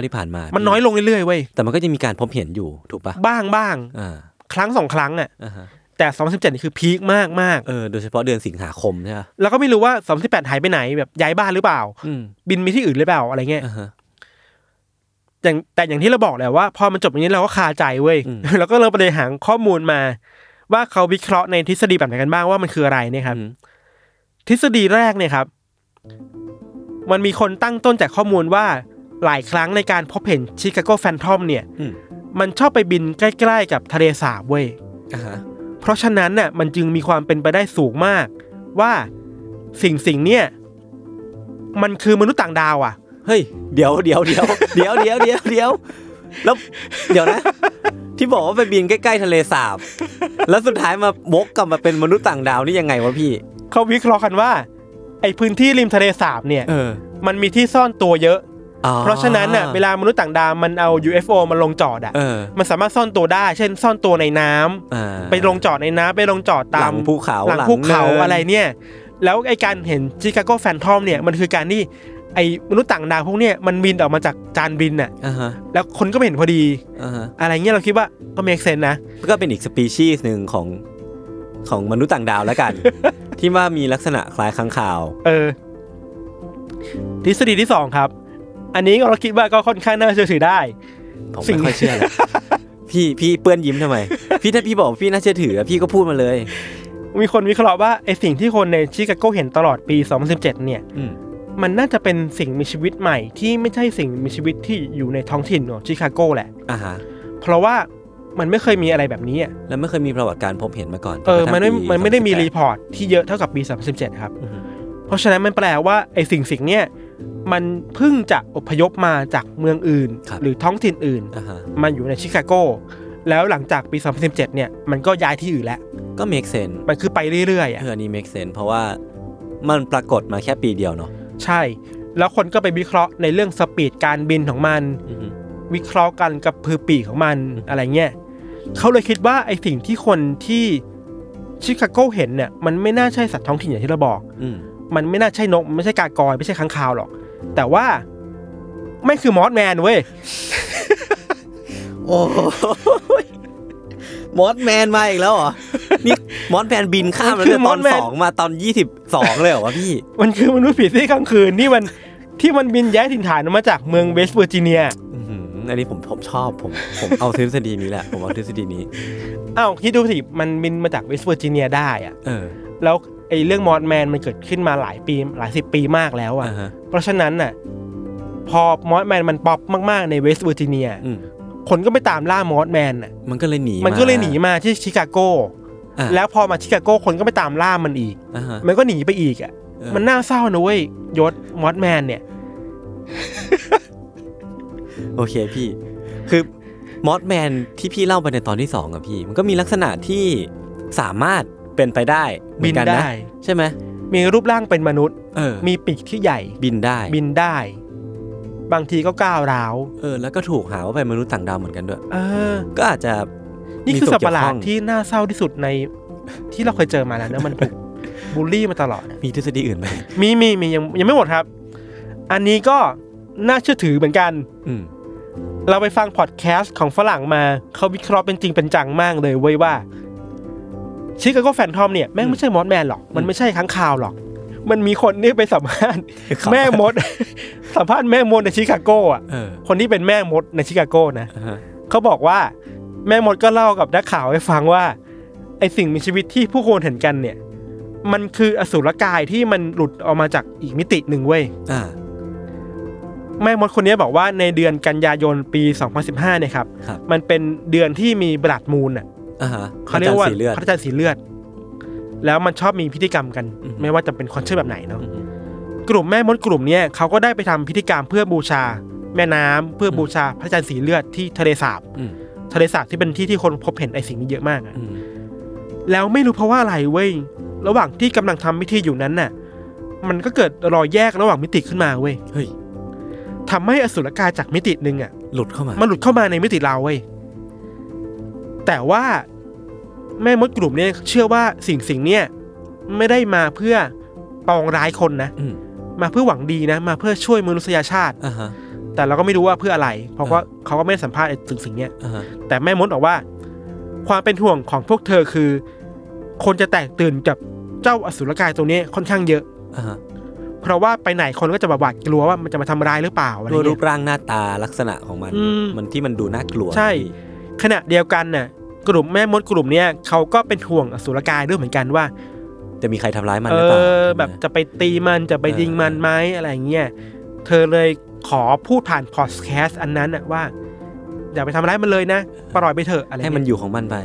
Speaker 2: 2019 ที่ผ่านมา
Speaker 3: มั
Speaker 2: มัน
Speaker 3: น้อยลงเรื่อยๆเว้ย
Speaker 2: แต่มันก็จะมีการพบเห็นอยู่ถูกปะ
Speaker 3: บ้างบ้าง
Speaker 2: อ่า
Speaker 3: ครั้งสองครั้งอ่ะ
Speaker 2: อ่าฮะ
Speaker 3: แต่2017นี่คือพีคมากมาก
Speaker 2: เออโดยเฉพาะเดือนสิงหาคมใช่ปะ
Speaker 3: ๆแล้วก็ไม่รู้ว่า2018หายไปไหนแบบย้ายบ้านหรือเปล่า
Speaker 2: อืม
Speaker 3: บินไปที่อื่นหรือเปล่าอะไรเงี้ย
Speaker 2: อ่าฮะ
Speaker 3: อย่างแต่อย่างที่เราบอกแหละว่าพอมันจบอย่างนี้เราก็คาใจเว้ย
Speaker 2: อืม
Speaker 3: แล้วก็เราไปเลยหาข้อมูลมา ว่าเขาวิเคราะห์ในทฤษฎีแบบไหนกันบ้างว่ามันคืออะไรเนี่ยครับ
Speaker 2: อืม
Speaker 3: ทฤษฎีแรกเนี่ยครับ มันมีคนตั้งต้นจากข้อมูลว่าหลายครั้งในการพบเห็นชิคาโกแฟนทอมเนี่ย
Speaker 2: อืม
Speaker 3: มันชอบไปบินใกล้ๆกับทะเลสาบเว้ย
Speaker 2: อ่าฮะ
Speaker 3: เพราะฉะนั้นน่ะมันจึงมีความเป็นไปได้สูงมาก ว่าสิ่งสิ่งเนี่ยมันคือมนุษย์ต่างดาวอ่ะ
Speaker 2: เฮ้ยเดี๋ยวเดี๋ยวเดี๋ยวเดี๋ยวเดี๋ยวเดี๋ยวเดี๋ยวแล้วเดี๋ยวนะ ที่บอกว่าไปบินใกล้ๆทะเลสาบ แล้วสุดท้ายมาวกกลับมาเป็นมนุษย์ต่างดาวนี่ยังไงวะพี่
Speaker 3: เขาวิเคราะห์กันว่า ไอพื้นที่ริมทะเลสาบเนี่ย
Speaker 2: เออ
Speaker 3: มันมีที่ซ่อนตัวเยอะ
Speaker 2: อ๋อ
Speaker 3: เพราะฉะนั้นน่ะเวลามนุษย์ต่างดาวมันเอา UFO มาลงจอดอ่ะ
Speaker 2: เออ
Speaker 3: มันสามารถซ่อนตัวได้ เช่น ซ่อนตัวในน้ำ
Speaker 2: อ่า
Speaker 3: ไปลงจอดในน้ำไปลงจอดตา
Speaker 2: หลั
Speaker 3: ม
Speaker 2: งภูเขา
Speaker 3: หลัง
Speaker 2: หลัง
Speaker 3: ภูเขา
Speaker 2: เนิน
Speaker 3: อะไรเนี่ย แล้วไอการเห็นชิคาโกแฟนทอมเนี่ยมันคือการที่ไอมนุษย์ต่างดาวพวกเนี่ยมันบินออกมาจากจานบินน่ะ
Speaker 2: อ่าฮะ
Speaker 3: แล้วคนก็ไม่เห็นพอดี
Speaker 2: อ่าฮะ
Speaker 3: อะไรเงี้ยเราคิดว่าก็เมกเซนนะ
Speaker 2: ก็เป็นอีกสปีชีส์หนึ่งของของมนุษย์ต่างดาวแล้ว กัน ที่ว่ามีลักษณะคล้ายค้างคาว
Speaker 3: เออ ทฤษฎีที่สองครับ อันนี้เราคิดว่าก็ค่อนข้างน่าเชื่อถือได้
Speaker 2: ผม
Speaker 3: สิ่ง
Speaker 2: ไม่ค่อยเชื่อเลยพี่พี่เปื้อนยิ้มทำไม พี่ถ้าพี่บอกว่าพี่น่าเชื่อถืออะพี่ก็พูดมาเลย
Speaker 3: มีคนวิเคราะห์ว่าไอสิ่งที่คนในชิคาโกเห็นตลอดปี 2017 เนี่ย
Speaker 2: อืม
Speaker 3: มันน่าจะเป็นสิ่งมีชีวิตใหม่ที่ไม่ใช่สิ่งมีชีวิตที่อยู่ในท้องถิ่นของชิคาโกแหละ
Speaker 2: อ่าฮะ
Speaker 3: เพราะว่ามันไม่เคยมีอะไรแบบนี้อะ
Speaker 2: แล้วไม่เคยมีประวัติการพบเห็นมาก่อน
Speaker 3: เออ มันไม่
Speaker 2: จกระทั่งปี
Speaker 3: มันไม่ได้มี
Speaker 2: 2018
Speaker 3: รีพอร์ตที่เยอะเท่ากับปี 2017 ครับ
Speaker 2: อืม
Speaker 3: เพราะฉะนั้นมันแปลว่าไอสิ่งสิ่งเนี่ยมันเพิ่งจะอพยพมาจากเมืองอื่น หรือท้องถิ่นอื่น
Speaker 2: อ่าฮะ
Speaker 3: มันอยู่ในชิคาโก แล้วหลังจากปี 2017 เนี่ย มันก็ย้ายที่อื่นแล้ว
Speaker 2: ก็ make sense
Speaker 3: มันคือไปเรื่อยๆอ่ะ
Speaker 2: เอออันนี้ make sense เพราะว่ามันปรากฏมาแค่ปีเดียวเนาะ
Speaker 3: ใช่ แล้วคนก็ไปวิเคราะห์ในเรื่องสปีดการบินของมัน
Speaker 2: อือฮึ
Speaker 3: วิเคราะห์กันกับพือปีกของมันอะไรเงี้ยเขาเลยคิดว่าไอสิ่งที่คนที่ชิคาโกเห็นเนี่ย มันไม่น่าใช่สัตว์ท้องถิ่นอย่างที่เราบอก
Speaker 2: อืม
Speaker 3: มันไม่น่าใช่นก มันไม่ใช่กากอย ไม่ใช่ค้างคาวหรอก แต่ว่าไม่คือมอสแมนเว้ย
Speaker 2: โอ้ยมอสแมนมาอีกแล้วเหรอนี่มอสแมนบินข้ามมา
Speaker 3: คื
Speaker 2: ตั้ง
Speaker 3: อ
Speaker 2: แต่ตอน
Speaker 3: Mothman
Speaker 2: สองมาตอนยี่สิบสองเลยเหรอวะพี่
Speaker 3: มันคือมนุษย์ผีที่กลางคืนที่มันที่มันบินย้ายถิ่นฐานมาจากเมืองเวสต์เวอร์จิเนีย
Speaker 2: อื้อหืออันนี้ผมผมชอบผมผมเอาทฤษฎีนี้แหละ ผมเอาทฤษฎีนี้
Speaker 3: อ้าวคิดดูสิ มันบินมาจากเวสต์เวอร์จิเนียได้อะ
Speaker 2: เออ
Speaker 3: แล้วไอ้เรื่องมอสแมนมันเกิดขึ้นมาหลายปีหลายสิบปีมากแล้ว
Speaker 2: อ่า
Speaker 3: อะ
Speaker 2: ฮะ
Speaker 3: เพราะฉะนั้นน่ะพอมอสแมนมันป๊อปมากๆในเวสต์เวอร์จิเนีย
Speaker 2: อืม
Speaker 3: คนก็ไปตามล่ามอสแมนน่ะ
Speaker 2: มันก็เลยหนี
Speaker 3: มันก็เลยหนีมาที่ชิคาโก
Speaker 2: อ่ะ
Speaker 3: แล้วพอมาชิคาโกคนก็ไปตามล่ามันอีก
Speaker 2: อ่าฮะ
Speaker 3: มันก็หนีไปอีกอะ
Speaker 2: เออ
Speaker 3: มันน่าเศร้านะเว้ยยศมอสแมนเนี่ย
Speaker 2: โอเคพี่ คือมอสแมนที่พี่เล่าไปในตอนที่สองอะพี่ มันก็มีลักษณะที่สามารถเป็นไปได้เหมื
Speaker 3: บิ
Speaker 2: อน กัน
Speaker 3: ได้
Speaker 2: นะใช่ไหม
Speaker 3: มีรูปร่างเป็นมนุษย์
Speaker 2: เออ
Speaker 3: มีปีกที่ใหญ่
Speaker 2: บินได้
Speaker 3: บินได้ บางทีก็ก้าวร้าว
Speaker 2: เออแล้วก็ถูกหาว่าเป็นมนุษย์ต่างดาวเหมือนกันด้วย
Speaker 3: เออ
Speaker 2: ก็อาจจะ
Speaker 3: นี่
Speaker 2: มี
Speaker 3: คือ
Speaker 2: ส่ว
Speaker 3: สัตว์
Speaker 2: เกี่
Speaker 3: ป
Speaker 2: ยว
Speaker 3: ระหลา
Speaker 2: ข้
Speaker 3: ด
Speaker 2: อง
Speaker 3: ที่น่าเศร้าที่สุดในที่เราเคยเจอมาแล้วนะมัน ถูก บูลลี่มาตลอด
Speaker 2: มีทฤษฎีอื่นไหม
Speaker 3: มีมีมียังยังไม่หมดครับ อันนี้ก็น่าเชื่อถือเหมือนกัน
Speaker 2: อืม
Speaker 3: เราไปฟังพอดแคสต์ของฝรั่งมาเขาวิเคราะห์เป็นจริงเป็นจังมากเลยเว้ยว่าชิคาโกแฟนทอมเนี่ยแม่งไม่ใช่มอสแมนหรอก มันไม่ใช่ค้างคาวหรอก มันมีคนนี่ไปสัมภาษณ์ แม่มด สัมภาษณ์แม่มดในชิคาโกอ่ะ
Speaker 2: เออ
Speaker 3: คนที่เป็นแม่มดในชิคาโกนะ
Speaker 2: อ่าฮะ
Speaker 3: เขาบอกว่าแม่มดก็เล่ากับนักข่าวให้ฟังว่า ไอสิ่งมีชีวิตที่ผู้คนเห็นกันเนี่ย มันคืออสุรกายที่มันหลุดออกมาจากอีกมิติหนึ่งเว้ย
Speaker 2: อ่า
Speaker 3: แม่มดคนนี้บอกว่าในเดือนกันยายนปี 2015เนี่ยครับ
Speaker 2: ครับ
Speaker 3: มันเป็นเดือนที่มีบลัดมูนอ่ะ
Speaker 2: อ่าฮะ
Speaker 3: เขาเรียกว่า
Speaker 2: อจสีเลือด
Speaker 3: พระจันทร์สีเลือด แล้วมันชอบมีพิธีกรรมกัน
Speaker 2: อือฮึ
Speaker 3: ไม่ว่าจะเป็นคนเชื่อแบบไหนเนาะ
Speaker 2: อืม
Speaker 3: กลุ่มแม่มดกลุ่มเนี้ยเขาก็ได้ไปทำพิธีกรรมเพื่อบูชา แม่น้ำเพื่ออ
Speaker 2: ม
Speaker 3: บูชาพระจันทร์สีเลือดที่ทะเลสาบ
Speaker 2: อืม
Speaker 3: ทะเลสาบที่เป็นที่ที่คนพบเห็นไอสิ่งนี้เยอะมากอะ
Speaker 2: อืม
Speaker 3: แล้วไม่รู้เพราะว่าอะไรเว้ย ระหว่างที่กำลังทำพิธีอยู่นั้นน่ะ มันก็เกิดรอยแยกระหว่างมิติขึ้นมาเว้ย
Speaker 2: เฮ้ย
Speaker 3: ทำให้อสุรกายจากมิติหนึ่งอ่ะ
Speaker 2: หลุดเข้ามา
Speaker 3: มันหลุดเข้ามาในมิติเราเว้ย แต่ว่าแม่มดกลุ่มเนี่ยเชื่อว่าสิ่งสิ่งเนี่ยไม่ได้มาเพื่อปองร้ายคนนะ
Speaker 2: อืม
Speaker 3: มาเพื่อหวังดีนะ มาเพื่อช่วยมนุษยชาติ
Speaker 2: อ่าฮะ
Speaker 3: แต่เราก็ไม่รู้ว่าเพื่ออะไร เพราะว่าเขาก็ไม่ได้สัมภาษณ์ไอ้สิ่งสิ่งเนี้ย
Speaker 2: อ่าฮะ
Speaker 3: แต่แม่มดบอกว่า ความเป็นห่วงของพวกเธอคือ คนจะแตกตื่นกับเจ้าอสุรกายตัวนี้ค่อนข้างเยอะ
Speaker 2: อ่าฮะ
Speaker 3: เพราะว่าไปไหนคนก็จะแบบหวาดกลัวว่ามันจะมาทำร้ายหรือเปล่าอะไร
Speaker 2: ด้วยรู
Speaker 3: เงี้
Speaker 2: ป
Speaker 3: ย
Speaker 2: ร่างหน้าตาลักษณะของมัน
Speaker 3: อืม
Speaker 2: มันที่มันดูน่ากลัว
Speaker 3: ใช่
Speaker 2: พี่
Speaker 3: ขณะเดียวกันน่ะกลุ่มแม่มดกลุ่มเนี้ยเขาก็เป็นห่วงอสุรกายด้วยเหมือนกันว่า
Speaker 2: จะมีใครทำร้ายมัน
Speaker 3: เอ
Speaker 2: หรือเปล่า
Speaker 3: อแบบจะไปตีมันจะไปยิงมันไหมอะไรเงี้ยเธอเลยขอพูดผ่านพอดแคสต์อันนั้นน่ะว่า อย่าไปทำร้ายมันเลยนะ ปล่อยไปเถอะอะไร
Speaker 2: ให้มัน
Speaker 3: เงี้ย
Speaker 2: อยู่ของมันไป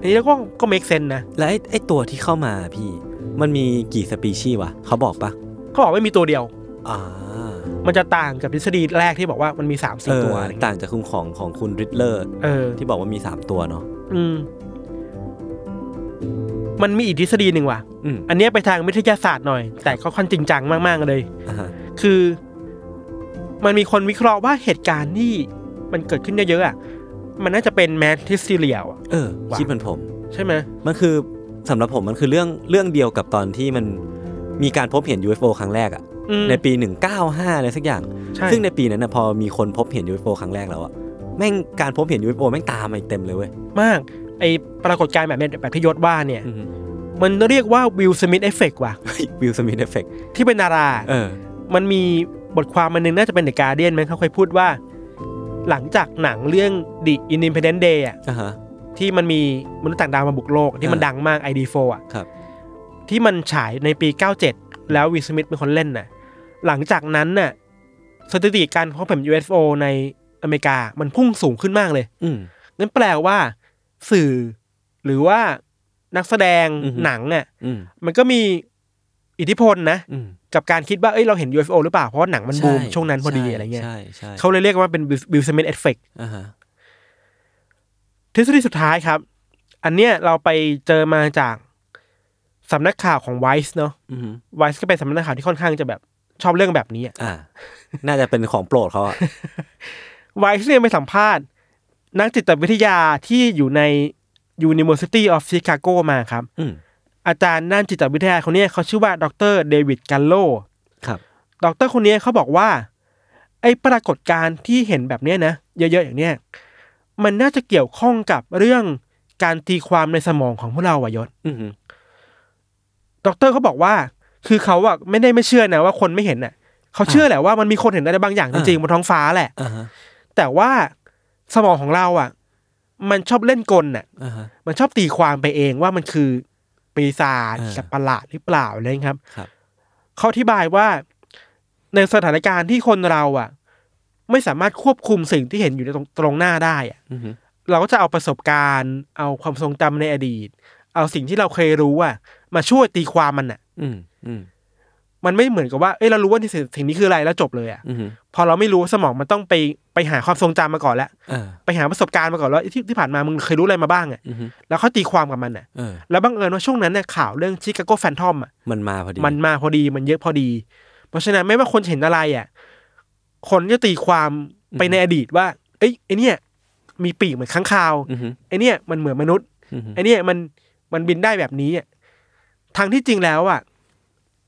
Speaker 3: ทีนี้ก็ก็เมคเซนนะ
Speaker 2: และไอ้ไอ้ตัวที่เข้ามาพี่ มันมีกี่สปีชีส์วะเขาบอกปะ
Speaker 3: เขาบอกไม่มีตัวเดียว
Speaker 2: อ่า
Speaker 3: มันจะต่างกับทฤษฎีแรกที่บอกว่ามันมีสาม
Speaker 2: เอ
Speaker 3: สี่
Speaker 2: อ
Speaker 3: ตัวอะไรเงี้ย
Speaker 2: ต่างจากคุณของของคุณริดเลอร์
Speaker 3: เออ
Speaker 2: ที่บอกว่ามี 3 ตัวเนาะ
Speaker 3: อืม มันมีอีกทฤษฎีหนึ่งว่ะ
Speaker 2: อืม
Speaker 3: อันเนี้ยไปทางวิทยาศาสตร์หน่อย แต่ก็ค่อนจริงจังมากๆเลย
Speaker 2: อ่าฮะ
Speaker 3: คือ มันมีคนวิเคราะห์ว่าเหตุการณ์ที่มันเกิดขึ้นเยอะๆอ่ะ มันน่าจะเป็นแมสทิสซีเรียล
Speaker 2: เออ คิดเหมือนผม
Speaker 3: ใช่ไหม
Speaker 2: มันคือสำหรับผมมันคือเรื่องเรื่องเดียวกับตอนที่มันมีการพบเห็น UFO ครั้งแรกอะ
Speaker 3: อืม
Speaker 2: ในปี 195อะไรสักอย่าง
Speaker 3: ช่
Speaker 2: ซึ่งในปีนั้นนะพอมีคนพบเห็น UFO ครั้งแรกแล้วอะแม่งการพบเห็น UFO แม่งตามมาอีกเต็มเลยเว้ย
Speaker 3: มาก ไอปรากฏการณ์แบบเนี้ยแบบที่ยศว่าเนี่ย มันเรียกว่าวิลสมิธเอฟเฟกว่ะ
Speaker 2: วิลสมิธเอฟเฟก
Speaker 3: ที่เป็นดารา
Speaker 2: เออ
Speaker 3: มันมีบทความมันหนึงน่าจะเป็นเดอะการเดียนมั้งเขาเคยพูดว่า หลังจากหนังเรื่อง The Independent Day อ่ะ
Speaker 2: อ่าฮะ
Speaker 3: ที่มันมีมนุษย์ต่างดาวมาบุกโลก ที่มัน
Speaker 2: อ่า
Speaker 3: ดังมาก ID4 อ่ะ
Speaker 2: ครับ
Speaker 3: ที่มันฉายในปี 97 แล้ววิลสมิธเป็นคนเล่นน่ะ หลังจากนั้นน่ะสถิติการพบเห็น UFO ในอเมริกามันพุ่งสูงขึ้นมากเลย
Speaker 2: อืม
Speaker 3: นั่นแปลว่า สื่อหรือว่านักแสดง
Speaker 2: อือฮึ
Speaker 3: หนังอ่ะ
Speaker 2: อืม
Speaker 3: มันก็มีอิทธิพลนะ
Speaker 2: อืม
Speaker 3: กับการคิดว่าเอ้ยเราเห็น UFO หรือเปล่า เพราะว่าหนังมันบูม
Speaker 2: ใ
Speaker 3: ช่วงนั้นพอดี
Speaker 2: ใช่
Speaker 3: อะไรเงี้ย
Speaker 2: ใช่ใช่
Speaker 3: เขาเลยเรียกว่าเป็นวิลสมิธเอฟเฟก
Speaker 2: อ่าฮะ
Speaker 3: ทฤษฎีสุดท้ายครับ อันเนี้ยเราไปเจอมาจากสำนักข่าวของไวส์เนาะ
Speaker 2: อืม
Speaker 3: ไวส์ก็เป็นสำนักข่าวที่ค่อนข้างจะแบบชอบเรื่องแบบนี้
Speaker 2: อ่า น่าจะเป็นของโปรด เขาอะ
Speaker 3: ไวส์เนี่ยไปสัมภาษณ์ นักจิตวิทยาที่อยู่ใน University of Chicago มาครับ
Speaker 2: อืม
Speaker 3: อาจารย์ด้านจิตวิทยาคนเนี้ยเขาชื่อว่าดรเดวิดกัลโล
Speaker 2: ครับ
Speaker 3: ดรคนเนี้ยเขาบอกว่า ไอ้ปรากฏการณ์ที่เห็นแบบเนี้ยนะ เยอะๆอย่างเนี้ยมันน่าจะเกี่ยวข้องกับเรื่องการตีความในสมองของพวกเราอะยศ
Speaker 2: อืม
Speaker 3: ด็อกเตอร์เขาบอกว่า คือเขาอะไม่ได้ไม่เชื่อนะว่าคนไม่เห็นน่ะ เขาเชื่อแหละว่ามันมีคนเห็นอะไรบางอย่างจริงๆบนท้องฟ้าแหละ
Speaker 2: อ่าฮะ
Speaker 3: แต่ว่าสมองของเราอะมันชอบเล่นกลน่ะ
Speaker 2: อ่าฮะ
Speaker 3: มันชอบตีความไปเองว่ามันคือปีศาจ
Speaker 2: อ่า
Speaker 3: สัตว์ประหลาดหรือเปล่าอะไรอย่างเงี้ยครับ
Speaker 2: ครับ
Speaker 3: เขาอธิบายว่าในสถานการณ์ที่คนเราอะไม่สามารถควบคุมสิ่งที่เห็นอยู่ในตรงตรงหน้าได้อะ
Speaker 2: อืม
Speaker 3: เราก็จะเอาประสบการณ์ เอาความทรงจำในอดีต เอาสิ่งที่เราเคยรู้อะมาช่วยตีความมันอะ
Speaker 2: อืมอืม
Speaker 3: มันไม่เหมือนกับว่า เอ้ย เรารู้ว่าที่สิ่งสิ่งนี้คืออะไรแล้วจบเลยอะ
Speaker 2: อืม
Speaker 3: พอเราไม่รู้สมองมันต้องไปไปหาความทรงจำมาก่อนแล้ว
Speaker 2: อ่า
Speaker 3: ไปหาประสบการณ์มาก่อนแล้วที่ที่ผ่านมามึงเคยรู้อะไรมาบ้างอะ
Speaker 2: อืม
Speaker 3: แล้วเขาตีความกับมันอะ
Speaker 2: เออ
Speaker 3: แล้วบังเอิญว่าช่วงนั้นเนี่ยข่าวเรื่องชิคาโกแฟนทอมอะ
Speaker 2: มันมาพอดี
Speaker 3: มันมาพอดีมันเยอะพอดี เพราะฉะนั้นไม่ว่าคนเห็นอะไรอะคนจะตีความไปในอดีตว่า เอ้ยไอเนี่ย มีปีกเหมือนข้างคาว
Speaker 2: อืม
Speaker 3: ไอเนี่ยมันเหมือนมนุษย์
Speaker 2: อืม
Speaker 3: ไอเนี่ยมันมันบินได้แบบนี้อะทางที่จริงแล้วอ่ะ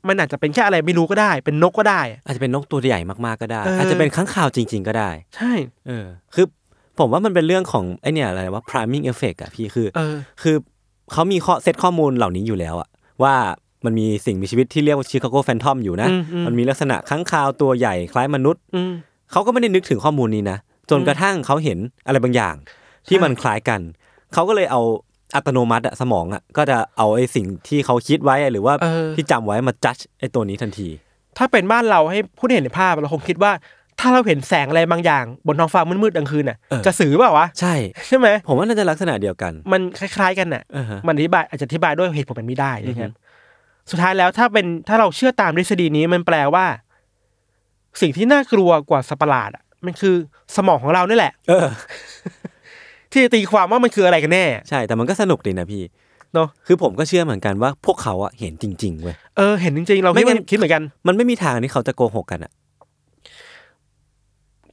Speaker 3: มันอาจจะเป็นแค่อะไรไม่รู้ก็ได้ เป็นนกก็ได้อะ
Speaker 2: อาจจะเป็นนกตัวใหญ่มากๆก็ได้
Speaker 3: เอออ
Speaker 2: อาจจะเป็นข้างข่าวจริง ๆ ก็ได้
Speaker 3: ใช่
Speaker 2: เออ คือผมว่ามันเป็นเรื่องของไอเนี่ยอะไรว่า priming effect อะพี่คือ
Speaker 3: เออ
Speaker 2: คือเขามีข้อเซตข้อมูลเหล่านี้อยู่แล้วอะว่ามันมีสิ่งมีชีวิตที่เรียกว่าชิคาโกแฟนทอมอยู่นะ
Speaker 3: อืมอืม
Speaker 2: มันมีลักษณะข้างคาวตัวใหญ่คล้ายมนุษย์
Speaker 3: อืม
Speaker 2: เขาก็ไม่ได้นึกถึงข้อมูลนี้นะ จนกระทั่งเขาเห็นอะไรบางอย่าง ที่มันคล้ายกันเขาก็เลยเอาอัตโนมัติอะสมองอะก็จะเอาไอ้สิ่งที่เขาคิดไว้อะหรือว่า
Speaker 3: เออ
Speaker 2: ที่จำไว้มาจัดไอ้ตัวนี้ทันที
Speaker 3: ถ้าเป็นบ้านเราให้ผู้ที่เห็นในภาพเราคงคิดว่า ถ้าเราเห็นแสงอะไรบางอย่าง บนท้องฟ้ามืดๆกลางคืนน่ะ
Speaker 2: เออ
Speaker 3: กระสือเปล่าวะ
Speaker 2: ใช่
Speaker 3: ใช่ไหม
Speaker 2: ผมว่าน่าจะลักษณะเดียวกัน
Speaker 3: มันคล้ายๆกันน่ะ
Speaker 2: อ่าฮะ
Speaker 3: มันอธิบายอาจจะอธิบายด้วยเหตุผลมันไม่ได้นะครั
Speaker 2: อื
Speaker 3: บ
Speaker 2: อฮึ
Speaker 3: สุดท้ายแล้วถ้าเป็นถ้าเราเชื่อตามทฤษฎีนี้มันแปลว่า สิ่งที่น่ากลัวกว่าสัตว์ประหลาดอ่ะมันคือสมองของเรานี่แหละ
Speaker 2: เออ
Speaker 3: ที่จะตีความว่ามันคืออะไรกันแน่
Speaker 2: ใช่แต่มันก็สนุกดีนะพี่
Speaker 3: เนอะ
Speaker 2: คือผมก็เชื่อเหมือนกันว่าพวกเขาอะเห็นจริงๆเว้ย
Speaker 3: เออเห็นจริงๆ เรา
Speaker 2: ไม่
Speaker 3: ไม่
Speaker 2: งั้น
Speaker 3: คิดเหมือนกัน
Speaker 2: มันไม่มีทางที่เขาจะโกหกกันอะ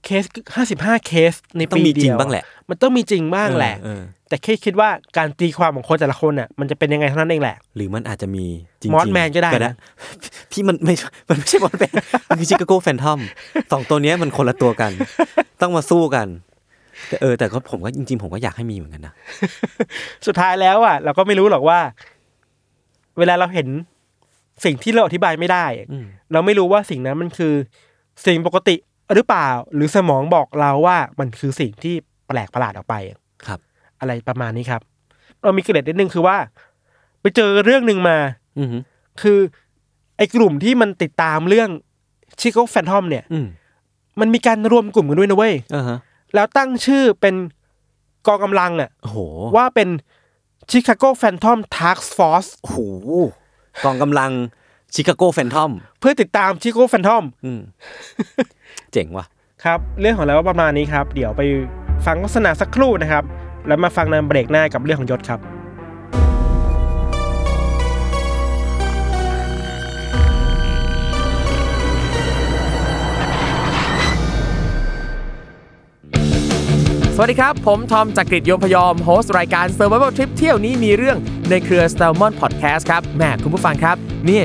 Speaker 3: เคสห้าสิบห้าเคสใน
Speaker 2: ต้อง
Speaker 3: ปี
Speaker 2: มีจ
Speaker 3: เดี
Speaker 2: ริง
Speaker 3: ยว
Speaker 2: บ้างแหละ
Speaker 3: มันต้องมีจริงบ้างแหละ
Speaker 2: เออเออ
Speaker 3: แต่แค่คิดว่าการตีความของคนแต่ละคนน่ะมันจะเป็นยังไงเท่านั้นเองแหละ
Speaker 2: หรือมันอาจจะมีจริงๆ
Speaker 3: มอสแมนก็ได้นะ
Speaker 2: พี่มันไม่ มันไม่ใช่มอสแมน มันคือชิคาโกแฟนทอมสองตัวเนี้ยมันคนละตัวกัน ต้องมาสู้กันแต่เออ แต่ก็ผมก็จริง ๆ ผมก็อยากให้มีเหมือนกันนะ
Speaker 3: สุดท้ายแล้วอ่ะเราก็ไม่รู้หรอกว่า เวลาเราเห็นสิ่งที่เราอธิบายไม่ได้อะ
Speaker 2: อืม
Speaker 3: เราไม่รู้ว่าสิ่งนั้นมันคือ สิ่งปกติหรือเปล่า หรือสมองบอกเราว่ามันคือสิ่งที่แปลกประหลาดออกไปอะ
Speaker 2: ครับ
Speaker 3: อะไรประมาณนี้ครับ เรามีเกร็ดนิดนึงคือว่า ไปเจอเรื่องหนึ่งมา
Speaker 2: อืมฮึ
Speaker 3: คือไอ้กลุ่มที่มันติดตามเรื่องชิคโกแฟนทอมเนี่ย
Speaker 2: อืม
Speaker 3: มันมีการรวมกลุ่มกันด้วยนะเว้ย
Speaker 2: อ่าฮะ
Speaker 3: แล้วตั้งชื่อเป็นกองกำลังอะ
Speaker 2: โอ้โห
Speaker 3: ว่าเป็นชิคาโกแฟนทอมท s สฟอร์ส
Speaker 2: โอ้โหกองกำลังชิคาโกแฟนทอม
Speaker 3: เพื่อติดตามชิคโกแฟนทอม
Speaker 2: อืมเจ๋งว่ะ
Speaker 3: ครับ เรื่องของเราก็ประมาณนี้ครับ เดี๋ยวไปฟังโฆษณาสักครู่นะครับ แล้วมาฟังในเบรกหน้ากับเรื่องของยศครับ
Speaker 4: สวัสดีครับ ผมทอมจากกรีฑยมพยอม โฮสต์รายการ Survival Trip เที่ยวนี้มีเรื่องในเครือ s t a l m o n Podcast ครับแหมคุณผู้ฟังครับ นี่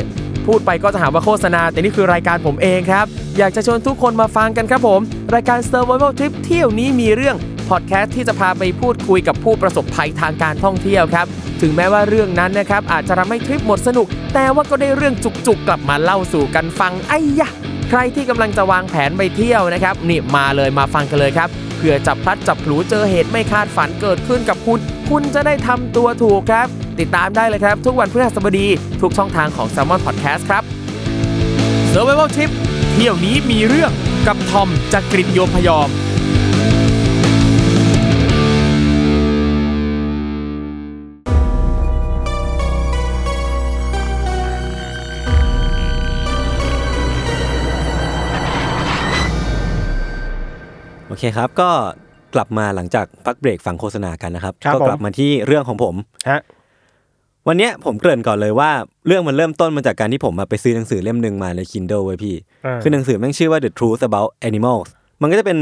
Speaker 4: พูดไปก็จะหาว่าโฆษณา แต่นี่คือรายการผมเองครับ อยากจะชวนทุกคนมาฟังกันครับผม รายการ Survival Trip เที่ยวนี้มีเรื่องพอดแคสต์ที่จะพาไปพูดคุยกับผู้ประสบภัยทางการท่องเที่ยวครับ ถึงแม้ว่าเรื่องนั้นนะครับอาจจะทำให้ทริปหมดสนุก แต่ว่าก็ได้เรื่องจุกๆ กลับมาเล่าสู่กันฟังไอ้ยะ ใครที่กำลังจะวางแผนไปเที่ยวนะครับนี่มาเลยมาฟังกันเลยครับเผื่อจับพลัดจับผลูเจอเหตุไม่คาดฝันเกิดขึ้นกับคุณ คุณจะได้ทำตัวถูกครับ ติดตามได้เลยครับ ทุกวันพฤหัสบดี ทุกช่องทางของ s ซ l m o n Podcast ครับ s u r v i v a l Trip เที่ยวนี้มีเรื่องกับทอมจากกริฑโยมพยอม
Speaker 2: โอเคครับ ก็กลับมาหลังจากพักเบรกฟังโฆษณากันนะครับ
Speaker 3: ครับ
Speaker 2: ก็
Speaker 3: ผม
Speaker 2: กลับมาที่เรื่องของผม
Speaker 3: ฮะ
Speaker 2: วันเนี้ยผมเกริ่นก่อนเลยว่าเรื่องมันเริ่มต้นมาจากการที่ผมอะไปซื้อหนังสือเล่มหนึ่งมาใน Kindle ไว้ยพี่
Speaker 3: อ่า
Speaker 2: คือหนังสือแม่งชื่อว่า The Truth About Animals มันก็จะเป็น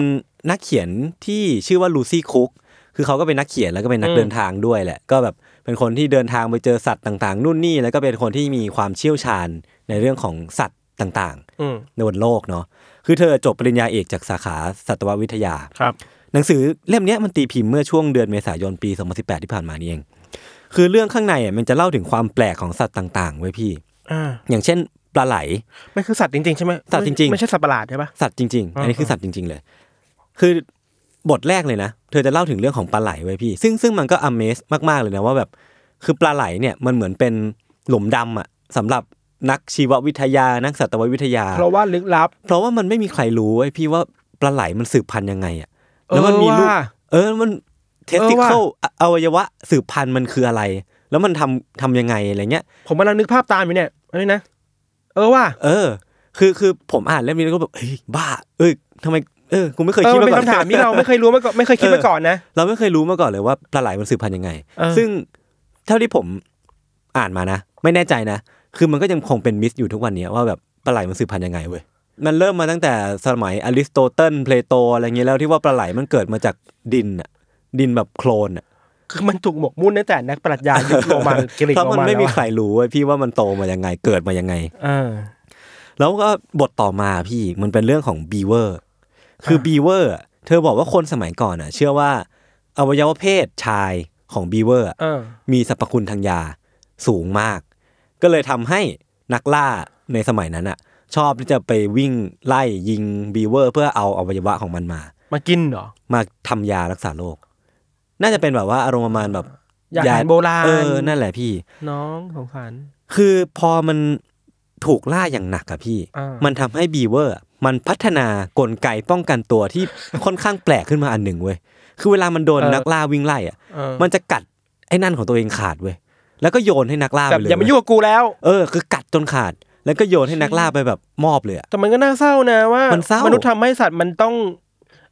Speaker 2: นักเขียนที่ชื่อว่าลูซี่คุกคือเขาก็เป็นนักเขียนแล้วก็เป็นนักเดินทางด้วยแหละ ก็แบบเป็นคนที่เดินทางไปเจอสัตว์ต่างๆ นู่นนี่แล้วก็เป็นคนที่มีความเชี่ยวชาญในเรื่องของสัตว์ต่าง
Speaker 3: อืม
Speaker 2: ๆ ในบนโลกเนาะคือเธอจบปริญญาเอกจากสาขาสัตววิทยา
Speaker 3: ครับ
Speaker 2: หนังสือเล่มเนี้ยมันตีพิมพ์เมื่อช่วงเดือนเมษายนปี 2018 ที่ผ่านมานี่เอง คือเรื่องข้างในอ่ะมันจะเล่าถึงความแปลกของสัตว์ต่างๆไว้ยพี่
Speaker 3: อ่า
Speaker 2: อย่างเช่นปลาไหล
Speaker 3: มันคือสัตว์จริงๆใช่ไหม
Speaker 2: สัตว์จริงๆ
Speaker 3: ไม่ใช่สัตว์ประหลาดใช่ปะ
Speaker 2: สัตว์จริง ๆ อันนี้คือสัตว์จริง ๆ เลย คือบทแรกเลยนะ เธอจะเล่าถึงเรื่องของปลาไหลไว้ยพี่ ซึ่งซึ่งมันก็อเมซมากๆเลยนะว่าแบบ คือปลาไหลเนี่ยมันเหมือนเป็นหลุมดำอ่ะสำหรับนักชีววิทยานักสัตววิทยา
Speaker 3: เพราะว่าลึกลับ
Speaker 2: เพราะว่ามันไม่มีใครรู้ไอ้ยพี่ว่าปลาไหลมันสืบพันธุ์ยังไงอ่ะ แล้วมันมีลูก
Speaker 3: เอ
Speaker 2: เออ
Speaker 3: อว่ะ
Speaker 2: มันเทส
Speaker 3: เอ
Speaker 2: ติ
Speaker 3: อว่ะ
Speaker 2: เคิลอวัยวะสืบพันธุ์มันคืออะไร แล้วมันทำทำยังไงอะไรเงี้ย
Speaker 3: ผมกำลังนึกภาพตามอยู่เนี่ยเอ้ยนะ เออว่า
Speaker 2: เออ คือคือผมอ่านเล่มนี้แล้วก็แบบเฮ้ยบ้า เอ้ยทำไม เออกูไม่เคย
Speaker 3: เออ
Speaker 2: คิด
Speaker 3: มัน
Speaker 2: มา
Speaker 3: เป็น
Speaker 2: ก่ อน
Speaker 3: คำถามที่เราไม่เคยรู้มาก่อนไม่เคยคิด
Speaker 2: เออ
Speaker 3: มาก่อนนะ
Speaker 2: เราไม่เคยรู้มาก่อนเลยว่าปลาไหลมันสืบพันธุ์ยังไง
Speaker 3: เออ
Speaker 2: ซึ่งเท่าที่ผมอ่านมานะ ไม่แน่ใจนะ คือมันก็ยังคงเป็นมิสอยู่ทุกวันเนี้ยว่าแบบปลาไหลมันสืบพันธุ์ยังไงเว้ย มันเริ่มมาตั้งแต่สมัยอริสโตเติล เพลโตอะไรเงี้ยแล้วที่ว่าปลาไหลมันเกิดมาจากดินอะดินแบบโคลนอะ
Speaker 3: คือมันถูกหมกมุ่นตั้งแต่นักปรัชญายุคโร มันกรีก
Speaker 2: เพราะ
Speaker 3: โร
Speaker 2: มัน
Speaker 3: มัน
Speaker 2: ไม่
Speaker 3: แล้ว
Speaker 2: มี
Speaker 3: อะ
Speaker 2: ใครรู้เว้ยพี่ว่ามันโตมายังไงเกิดมายังไง
Speaker 3: เออ
Speaker 2: แล้วก็บทต่อมาพี่มันเป็นเรื่องของบีเวอร์คือบีเวอร์เธอบอกว่าคนสมัยก่อนอ่ะ เชื่อว่าอวัยวะเพศชายของบีเวอร์
Speaker 3: เออ
Speaker 2: มีสรรพคุณทางยาสูงมาก ก็เลยทำให้นักล่าในสมัยนั้นอ่ะ ชอบที่จะไปวิ่งไล่ยิงบีเวอร์เพื่อเอาอวัยวะของมันมา
Speaker 3: มากินเหรอ
Speaker 2: มาทำยารักษาโรคน่าจะเป็นแบบว่าอารมณ์ประมาณแบบ
Speaker 3: ยาอาหารโบราณ
Speaker 2: เออนั่นแหละพี่
Speaker 3: น้องของขวัญ
Speaker 2: คือพอมันถูกล่าอย่างหนักอะพี่
Speaker 3: อ่ามั
Speaker 2: มันทำให้บีเวอร์อะมันพัฒนากลไกป้องกันตัวที่ ค่อนข้างแปลกขึ้นมาอันหนึ่งเว้ย คือเวลามันโดนนักล่าวิ่งไล่อะ
Speaker 3: เออ
Speaker 2: มันจะกัดไอ้นั่นของตัวเองขาดเว้ย แล้วก็โยนให้นักล่า
Speaker 3: แบ
Speaker 2: ไป
Speaker 3: บ
Speaker 2: เลย
Speaker 3: อย่ามายุ่งกับกูแล้ว
Speaker 2: เออ คือกัดจนขาด แล้วก็โยนให้นักล่าไปแบบมอบเลยอะ
Speaker 3: แต่มันก็น่าเศร้านะว่า
Speaker 2: มั
Speaker 3: มัน
Speaker 2: เศร้าม
Speaker 3: นุษย์ทำให้สัตว์มันต้อง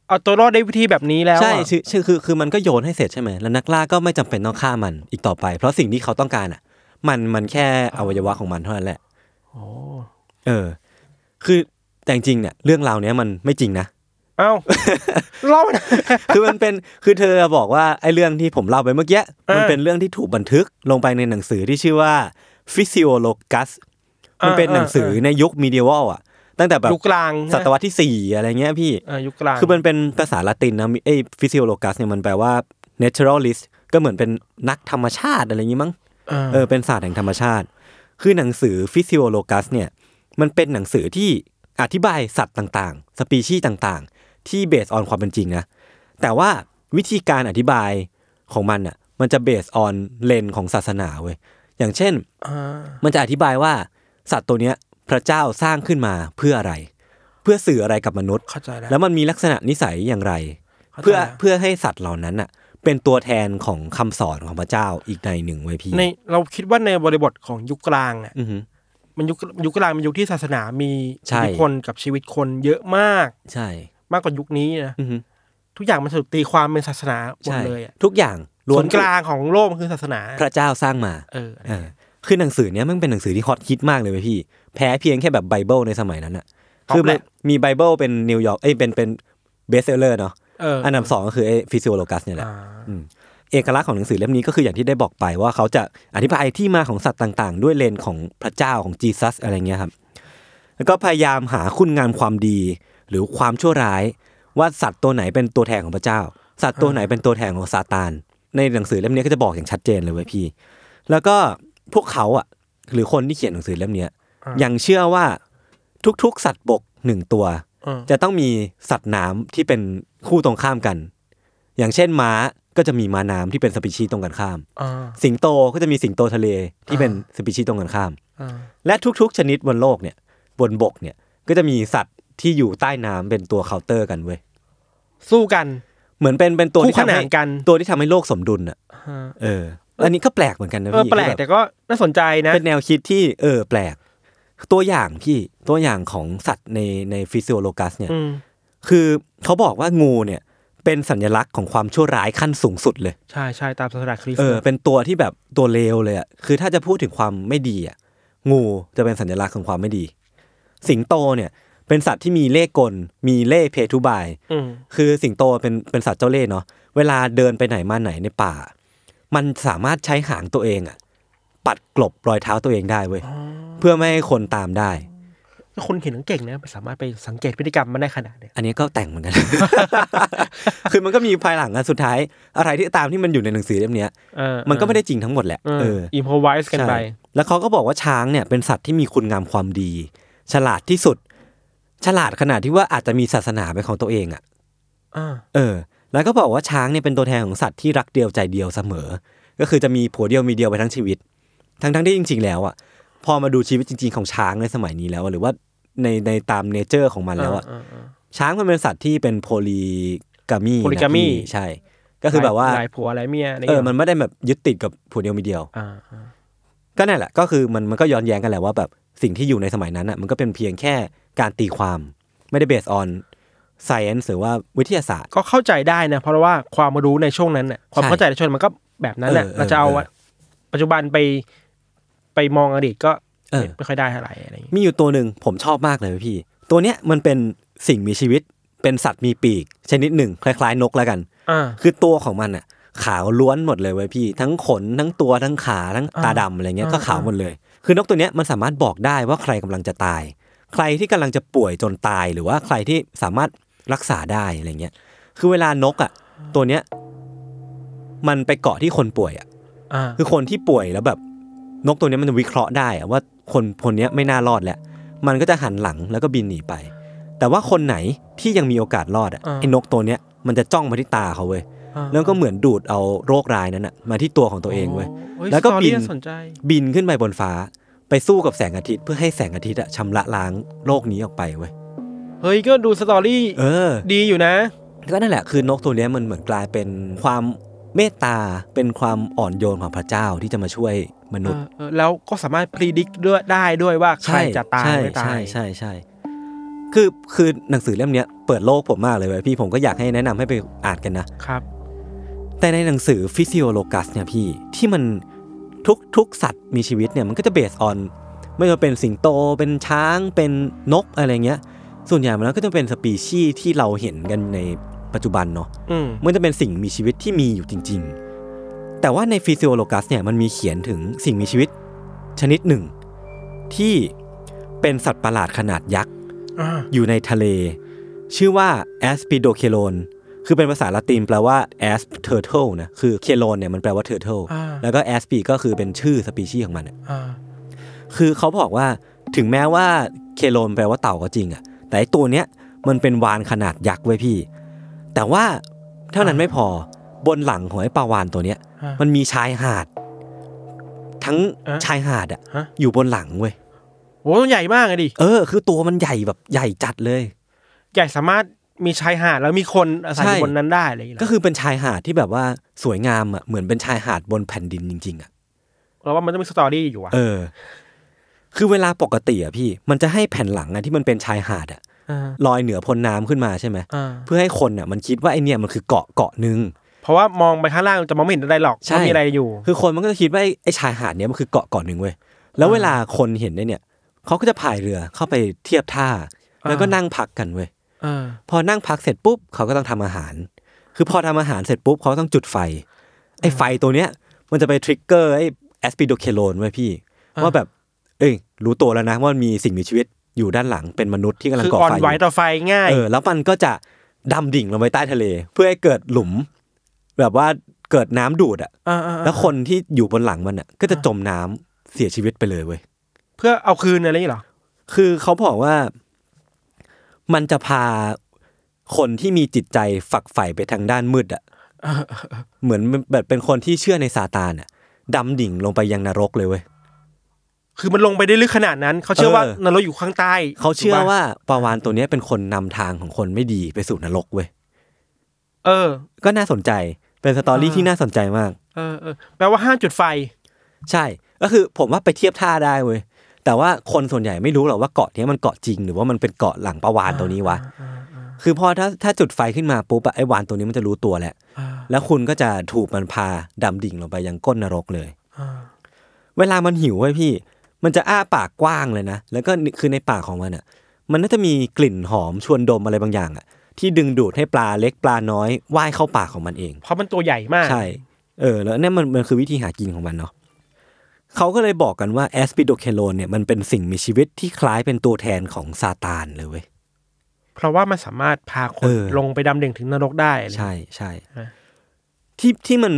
Speaker 3: เอาตัวรอดได้วิธีแบบนี้แล้วอะ
Speaker 2: ใช่ชื่อชื่อคือคือมันก็โยนให้เสร็จใช่ไหมแล้วนักล่าก็ไม่จำเป็นต้องฆ่ามันอีกต่อไป เพราะสิ่งที่เขาต้องการอ่ะ มันมันแค่อวัยวะของมันเท่านั้นแหละเออ คือแต่จริงๆเนี่ยเรื่องราวเนี้ยมันไม่จริงนะ
Speaker 3: เอ้าเล่านะ
Speaker 2: คือมันเป็นคือเธอบอกว่าไอ้เรื่องที่ผมเล่าไปเมื่อกี้
Speaker 3: อ่ามั
Speaker 2: มันเป็นเรื่องที่ถูกบันทึกลงไปในหนังสือที่ชื่อว่า Physiologus มันเป็น
Speaker 3: อ่า
Speaker 2: หนังสือในยุคมีเดีย a ลอ่ะ ตั้งแต่แบบ
Speaker 3: ยุคกลาง
Speaker 2: ศตวรรษที่สี่อะไรเงี้ยพี่
Speaker 3: เออยุคกลาง
Speaker 2: คือมันเป็นภาษาละตินนะมีไอ้ Physiologus เนี่ยมันแปลว่า naturalist ก็เหมือนเป็นนักธรรมชาติอะไรอย่างงี้มั้ง
Speaker 3: เออ
Speaker 2: เออเป็นศาสตร์แห่งธรรมชาติ คือหนังสือฟิสิโอโลกัสเนี่ยมันเป็นหนังสือที่อธิบายสัตว์ต่างๆ สปีชีส์ต่างๆ ที่เบสออนความเป็นจริงนะ แต่ว่าวิธีการอธิบายของมันอ่ะมันจะเบสออนเลนของศาสนาเว้ยอย่างเช่น มันจะอธิบายว่าสัตว์ตัวเนี้ยพระเจ้าสร้างขึ้นมาเพื่ออะไร เพื่อสื่ออะไรกับมนุษย์
Speaker 3: เข้าใจแล้ว
Speaker 2: แล้วมันมีลักษณะนิสัยอย่างไร
Speaker 3: ข้าใจ
Speaker 2: เพื่อ
Speaker 3: แล้ว
Speaker 2: เพื่อให้สัตว์เหล่านั้นอ่ะเป็นตัวแทนของคำสอนของพระเจ้าอีกในหนึ่งไว้ยพี่
Speaker 3: ในเราคิดว่าในบริบทของยุคกลางอ่ะ
Speaker 2: อือหือ
Speaker 3: มันยุคยุคกลางเป็นยุคที่ศาสนามี
Speaker 2: ใช่
Speaker 3: อิทธิพลกับชีวิตคนเยอะมาก
Speaker 2: ใช่
Speaker 3: มากกว่ายุคนี้นะ
Speaker 2: อือหือ
Speaker 3: ทุกอย่างมันสรุปตีความเป็นศาสนาหมด
Speaker 2: ใช่
Speaker 3: เลยอ่ะ
Speaker 2: ทุกอย่าง
Speaker 3: ส่
Speaker 2: ล้ว วน น
Speaker 3: กลางของโลกมันคือศาสนา
Speaker 2: พระเจ้าสร้างมา
Speaker 3: เออ
Speaker 2: เออคือหนังสือเนี้ยมันเป็นหนังสือที่ฮอตฮิตมากเลยเว้ยพี่ แพ้เพียงแค่แบบไบเบิลในสมัยนั้นอ่ะคือมันมีไบเบิลเป็นนิวยอร์กเอ้ยเป็นเป็นเบสเซลเลอร์เนาะ
Speaker 3: เออ
Speaker 2: อั
Speaker 3: อั
Speaker 2: นดับสองก็คือฟิสิโอโลกัสเนี่ยแหละ
Speaker 3: อ่า
Speaker 2: เอกลักษณ์ของหนังสือเล่มนี้ก็คืออย่างที่ได้บอกไปว่าเขาจะอธิบายที่มาของสัตว์ต่างๆ ด้วยเลนส์ของพระเจ้าของจีซัสอะไรเงี้ยครับ แล้วก็พยายามหาคุณงามความดี หรือความชั่วร้าย ว่าสัตว์ตัวไหนเป็นตัวแทนของพระเจ้า สัตว์ตัวไหนเป็นตัวแทนของซาตาน ในหนังสือเล่มนี้ก็จะบอกอย่างชัดเจนเลยเว้ยพี่ แล้วก็พวกเขาอ่ะหรือคนที่เขียนหนังสือเล่มเนี้ยยังเชื่อว่าทุกๆ สัตว์บกหนึ่งตัว
Speaker 3: เออ
Speaker 2: จะต้องมีสัตว์น้ำที่เป็นคู่ตรงข้ามกัน อย่างเช่นม้าก็จะมีม้าน้ำที่เป็นสปีชีส์ตรงกันข้าม
Speaker 3: อ่า
Speaker 2: สิงโตก็จะมีสิงโตทะเลที่เป็นสปีชีส์ตรงกันข้าม
Speaker 3: อ่า
Speaker 2: และทุกๆ ชนิดบนโลกเนี่ย บนบกเนี่ยก็จะมีสัตว์ที่อยู่ใต้น้ำเป็นตัวเคาน์เตอร์กันเว้ย
Speaker 3: สู้กัน
Speaker 2: เหมือนเป็นเป็นตัว
Speaker 3: คู่
Speaker 2: ที่ทำ
Speaker 3: ขนา
Speaker 2: ให้
Speaker 3: นกัน
Speaker 2: ตัวที่ทำให้โลกสมดุลอ่ะ
Speaker 3: อ่า
Speaker 2: เออ อันนี้ก็แปลกเหมือนกันนะ
Speaker 3: เออ
Speaker 2: พี่
Speaker 3: แปลกแต่ก็น่าสนใจนะ
Speaker 2: เป็นแนวคิดที่เออแปลก ตัวอย่างพี่ตัวอย่างของสัตว์ในในฟิสิโอโลกัสเนี่ย
Speaker 3: อืม
Speaker 2: คือเขาบอกว่างูเนี่ยเป็นสัญลักษณ์ของความชั่วร้ายขั้นสูงสุดเลย
Speaker 3: ใช่ใช่ตามศาสนาคริสต์
Speaker 2: เออ เป็นตัวที่แบบตัวเลวเลยอ่ะ คือถ้าจะพูดถึงความไม่ดีอ่ะ งูจะเป็นสัญลักษณ์ของความไม่ดี สิงโตเนี่ยเป็นสัตว์ที่มีเล่ห์กล มีเล่ห์เพทุบาย
Speaker 3: ม
Speaker 2: คือสิงโตเป็นเป็นสัตว์เจ้าเล่ห์เนาะ เวลาเดินไปไหนมาไหนในป่า มันสามารถใช้หางตัวเองอ่ะ ปัดกลบรอยเท้าตัวเองได้เว้ย เพื่อไม่ให้คนตามได้
Speaker 3: ถ้าคนเขียนหนังเก่งนะสามารถไปสังเกตพฤติกรรมมันได้ขนาดเนี้ย
Speaker 2: อันนี้ก็แต่งเหมือนกัน คือมันก็มีภายหลังอันสุดท้าย อะไรที่ตามที่มันอยู่ในหนังสือเล่มเนี้ย
Speaker 3: เออ
Speaker 2: มันก็ไม่ได้จริงทั้งหมดแหละ
Speaker 3: เอ
Speaker 2: เอ
Speaker 3: อ
Speaker 2: อ
Speaker 3: อิมพอไวส์กันไป
Speaker 2: ใช่แล้วเขาก็บอกว่าช้างเนี่ยเป็นสัตว์ที่มีคุณงามความดี ฉลาดที่สุด ฉลาดขนาดที่ว่าอาจจะมีศาสนาเป็นของตัวเองอะ่ะ
Speaker 3: อ่า
Speaker 2: เออ แล้วก็บอกว่าช้างเนี่ยเป็นตัวแทนของสัตว์ที่รักเดียวใจเดียวเสมอ ก็คือจะมีผัวเดียวมีเดียวไปทั้งชีวิต ทั้งทั้งๆที่จริง ๆ แล้วอะ่ะ พอมาดูชีวิตจริง ๆ ของช้างในสมัยนี้แล้วอะหรือว่าในในตามเนเจอร์ของมันแล้วอะช้างมันเป็นสัตว์ที่เป็นโพลีกามี
Speaker 3: polygamy
Speaker 2: ใช่ ก็คือแบบว่า
Speaker 3: หลายผัวหลายเมียะไร
Speaker 2: เอ
Speaker 3: งี้
Speaker 2: อย มันไม่ได้แบบยึดติดกับผัวเดียวมีเดียว
Speaker 3: อ่าอ่า
Speaker 2: ก็นั่นแหละก็คือมันมันก็ย้อนแย้งกันแหละว่าแบบสิ่งที่อยู่ในสมัยนั้นอ่ะมันก็เป็นเพียงแค่การตีความ ไม่ได้เบสออน science หรือว่าวิทยาศาสตร์
Speaker 3: ก็เข้าใจได้นะ เพราะว่าความรู้ในช่วงนั้นน่ะความ
Speaker 2: ใช่
Speaker 3: เข้าใจในช่วงนั้นมันก็แบบนั้นแหละ
Speaker 2: เออเออ
Speaker 3: เราจะเอา
Speaker 2: เออ
Speaker 3: ปัจจุบันไปไปมองอดีตก็
Speaker 2: เออ
Speaker 3: ไม่ค่อยได้เท่าไหร่อะไรอย่างงี้
Speaker 2: มีอยู่ตัวหนึ่งผมชอบมากเลยพี่ ตัวเนี้ยมันเป็นสิ่งมีชีวิต เป็นสัตว์มีปีก ชนิดหนึ่ง คล้ายๆนกแล้วกัน
Speaker 3: อ่า
Speaker 2: คือตัวของมันอ่ะ ขาวล้วนหมดเลยเว้ยพี่ ทั้งขนทั้งตัวทั้งขาทั้งตาดำอะไรเงี้ยก็ขาวหมดเลย คือนกตัวเนี้ยมันสามารถบอกได้ว่าใครกำลังจะตาย ใครที่กำลังจะป่วยจนตายหรือว่าใครที่สามารถรักษาได้อะไรเงี้ย คือเวลานกอ่ะ ตัวเนี้ยมันไปเกาะที่คนป่วยอ่ะ
Speaker 3: อ่า
Speaker 2: คือคนที่ป่วยแล้วแบบนกตัวเนี้ยมันจะวิเคราะห์ได้อะว่าคนคนเนี้ยไม่น่ารอดแล้วมันก็จะหันหลังแล้วก็บินหนีไป แต่ว่าคนไหนที่ยังมีโอกาสรอดอ่ะไอ้นกตัวเนี้ยมันจะจ้องมาที่ตาเขาเว้ยแล้วก็เหมือนดูดเอาโรคร้ายนั้นอ่ะมาที่ตัวของตัวเองเว้ย
Speaker 3: โอ้ย
Speaker 2: แล้วก็
Speaker 3: สตอรี่
Speaker 2: บิน
Speaker 3: น่าสนใจ
Speaker 2: บินขึ้นไปบนฟ้า ไปสู้กับแสงอาทิตย์เพื่อให้แสงอาทิตย์อะชำระล้างโรคนี้ออกไปเว้ย
Speaker 3: เฮ้ยก็ดูสตอรี่
Speaker 2: เออ
Speaker 3: ดีอยู่นะ
Speaker 2: ก็นั่นแหละคือนกตัวเนี้ยมันเหมือนกลายเป็นความเมตตาเป็นความอ่อนโยนของพระเจ้าที่จะมาช่วยมนุษย์
Speaker 3: เออเออแล้วก็สามารถพิจิตรด้วยได้ด้วยว่าใครจะตาย
Speaker 2: ใช่
Speaker 3: ไม่ตาย
Speaker 2: ใช่ใช่ใช่ คือคือหนังสือเล่มเนี้ยเปิดโลกผมมากเลยเว้ยพี่ผมก็อยากให้แนะนำให้ไปอ่านกันนะ
Speaker 3: ครับ
Speaker 2: แต่ในหนังสือฟิสิโอโลกัสเนี่ยพี่ที่มันทุกทุกสัตว์มีชีวิตเนี่ยมันก็จะเบสออนไม่ว่าเป็นสิงโตเป็นช้างเป็นนกอะไรเงี้ย ส่วนใหญ่มันแล้วก็จะเป็นสปีชีส์ที่เราเห็นกันในปัจจุบันเนาะ
Speaker 3: อืม
Speaker 2: มันจะเป็นสิ่งมีชีวิตที่มีอยู่จริง ๆ แต่ว่าในฟิสิโอโลกัสเนี่ยมันมีเขียนถึงสิ่งมีชีวิตชนิดหนึ่ง ที่เป็นสัตว์ประหลาดขนาดยักษ์
Speaker 3: อ่า
Speaker 2: อยู่ในทะเล ชื่อว่าแอสปิโดเคโลน คือเป็นภาษาละตินแปลว่า as turtle นะ คือเคโลนเนี่ยมันแปลว่า turtle
Speaker 3: อ่า
Speaker 2: แล้วก็ as p ก็คือเป็นชื่อสปีชีส์ของมันอะ
Speaker 3: อ่า
Speaker 2: คือเขาบอกว่าถึงแม้ว่าเคโลนแปลว่าเต่าก็จริงอะแต่ไอ้ตัวเนี้ยมันเป็นวานขนาดยักษ์ไว้ยพี่ แต่ว่าเท่านั้นไม่พอบนหลังของไอ้ปลาวานตัวเนี้ย
Speaker 3: อ่า
Speaker 2: มันมีชายหาด ทั้ง
Speaker 3: อ่ะ
Speaker 2: ชายหาดอะ
Speaker 3: ฮะ
Speaker 2: อยู่บนหลังเว้ย
Speaker 3: โอ้ต้องใหญ่มากอะดิ
Speaker 2: เออ คือตัวมันใหญ่แบบใหญ่จัดเลย
Speaker 3: ใหญ่สามารถมีชายหาดแล้วมีคนอาศัย
Speaker 2: ใช่
Speaker 3: อยู่บนนั้นได้อะไรอย่างเงี้ย
Speaker 2: ก็คือเป็นชายหาดที่แบบว่าสวยงามอ่ะเหมือนเป็นชายหาดบนแผ่นดินจริง ๆอ่ะ
Speaker 3: เราว่ามันต้องมีสตอรี่อยู่ว่ะ
Speaker 2: เออ คือเวลาปกติอ่ะพี่ มันจะให้แผ่นหลังอ่ะที่มันเป็นชายหาดอ่ะ
Speaker 3: า
Speaker 2: ลอยเหนือพ้นน้ำขึ้นมาใช่ไหม
Speaker 3: อ่า
Speaker 2: เพื่อให้คนอ่ะ มันคิดว่าไอเนี่ยมันคือเกาะเกาะหนึ่ง
Speaker 3: เพราะว่ามองไปข้างล่างจะมองไม่เห็นอะไรหรอก
Speaker 2: ใช่
Speaker 3: ว่ามีอะไรอยู่
Speaker 2: คือคนมันก็จะคิดว่าไอ้ไอชายหาดเนี้ยมันคือเกาะเกาะหนึ่งเว้ยแล้วเวลาคนเห็นได้เนี่ยเขาก็จะพายเรือเข้าไปเทียบท่า แล้วก็
Speaker 3: อ่านั่
Speaker 2: นั่งพักกันเว้ย
Speaker 3: เออ
Speaker 2: พอนั่งพักเสร็จปุ๊บเขาก็ต้องทำอาหาร คือพอทำอาหารเสร็จปุ๊บเขาก็ต้องจุดไฟไอ้ไฟตัวเนี้ย มันจะไปทริกเกอร์ไอ้แอสปิโดเคโลนไว้ยพี่ ว่าแบบ เอ้ยรู้ตัวแล้วนะว่ามีสิ่งมีชีวิตอยู่ด้านหลังเป็นมนุษย์ที่กำลัง
Speaker 3: คือ
Speaker 2: ก่อ
Speaker 3: อ่อน
Speaker 2: ไฟ
Speaker 3: ไหว
Speaker 2: อยู่
Speaker 3: ต่อไฟง่าย
Speaker 2: เออแล้วมันก็จะดำดิ่งลงไปใต้ทะเล เพื่อให้เกิดหลุม แบบว่าเกิดน้ำดูดอะ
Speaker 3: อ่าๆๆ
Speaker 2: แล้วคนที่อยู่บนหลังมันอ่ะ ก็จะจมน้ำเสียชีวิตไปเลยเว้ย
Speaker 3: เพื่อเอาคืนอะไรอย่างงี้เหรอ
Speaker 2: คือเขาบอกว่ามันจะพาคนที่มีจิตใจฝักใฝ่ไปทางด้านมืด อ่ะ เหมือนแบบเป็นคนที่เชื่อในซาตานอ่ะดำดิ่งลงไปยังนรกเลยเว้ย
Speaker 3: คือมันลงไปได้ลึกขนาดนั้น เขาเชื่อว่า
Speaker 2: เออ
Speaker 3: นรกอยู่ข้างใต้
Speaker 2: เขาเชื่อ
Speaker 3: ถูกปะ
Speaker 2: ว่าปลาวานตัวเนี้ยเป็นคนนำทางของคนไม่ดีไปสู่นรกเว้ย
Speaker 3: เออ
Speaker 2: ก็น่าสนใจ เป็นสตอรี่ที่น่าสนใจมาก
Speaker 3: เออเออแปลว่าห้ามจุดไฟ
Speaker 2: ใช่ ก็คือผมว่าไปเทียบท่าได้เว้ย แต่ว่าคนส่วนใหญ่ไม่รู้หรอกว่าเกาะเนี้ยมันเกาะจริง หรือว่ามันเป็นเกาะหลังประวานตัวนี้วะ คือพอถ้าถ้าจุดไฟขึ้นมาปุ๊บอะไอ้วานตัวนี้มันจะรู้ตัวแหละ
Speaker 3: อ่า
Speaker 2: แล้วคุณก็จะถูกมันพาดำดิ่งลงไปยังก้นนรกเลย
Speaker 3: อ่า
Speaker 2: เวลามันหิวไว้ยพี่ มันจะอ้าปากกว้างเลยนะ แล้วก็นี่คือในปากของมันอะมันน่าจะมีกลิ่นหอมชวนดมอะไรบางอย่างอะที่ดึงดูดให้ปลาเล็กปลาน้อยว่ายเข้าปากของมันเอง
Speaker 3: เพราะมันตัวใหญ่มาก
Speaker 2: ใช่ เออ แล้วเนี่ยมันมันคือวิธีหากินของมันเนาะเขาก็เลยบอกกันว่าแอสปิโดเคโลนเนี่ยมันเป็นสิ่งมีชีวิตที่คล้ายเป็นตัวแทนของซาตานเลยเว้ย
Speaker 3: เพราะว่ามันสามารถพาค
Speaker 2: เอน อ
Speaker 3: ลงไปดำดิ่งถึงนรกได้อะไร
Speaker 2: ใช่ใช่
Speaker 3: ฮะ
Speaker 2: ที่ที่มัน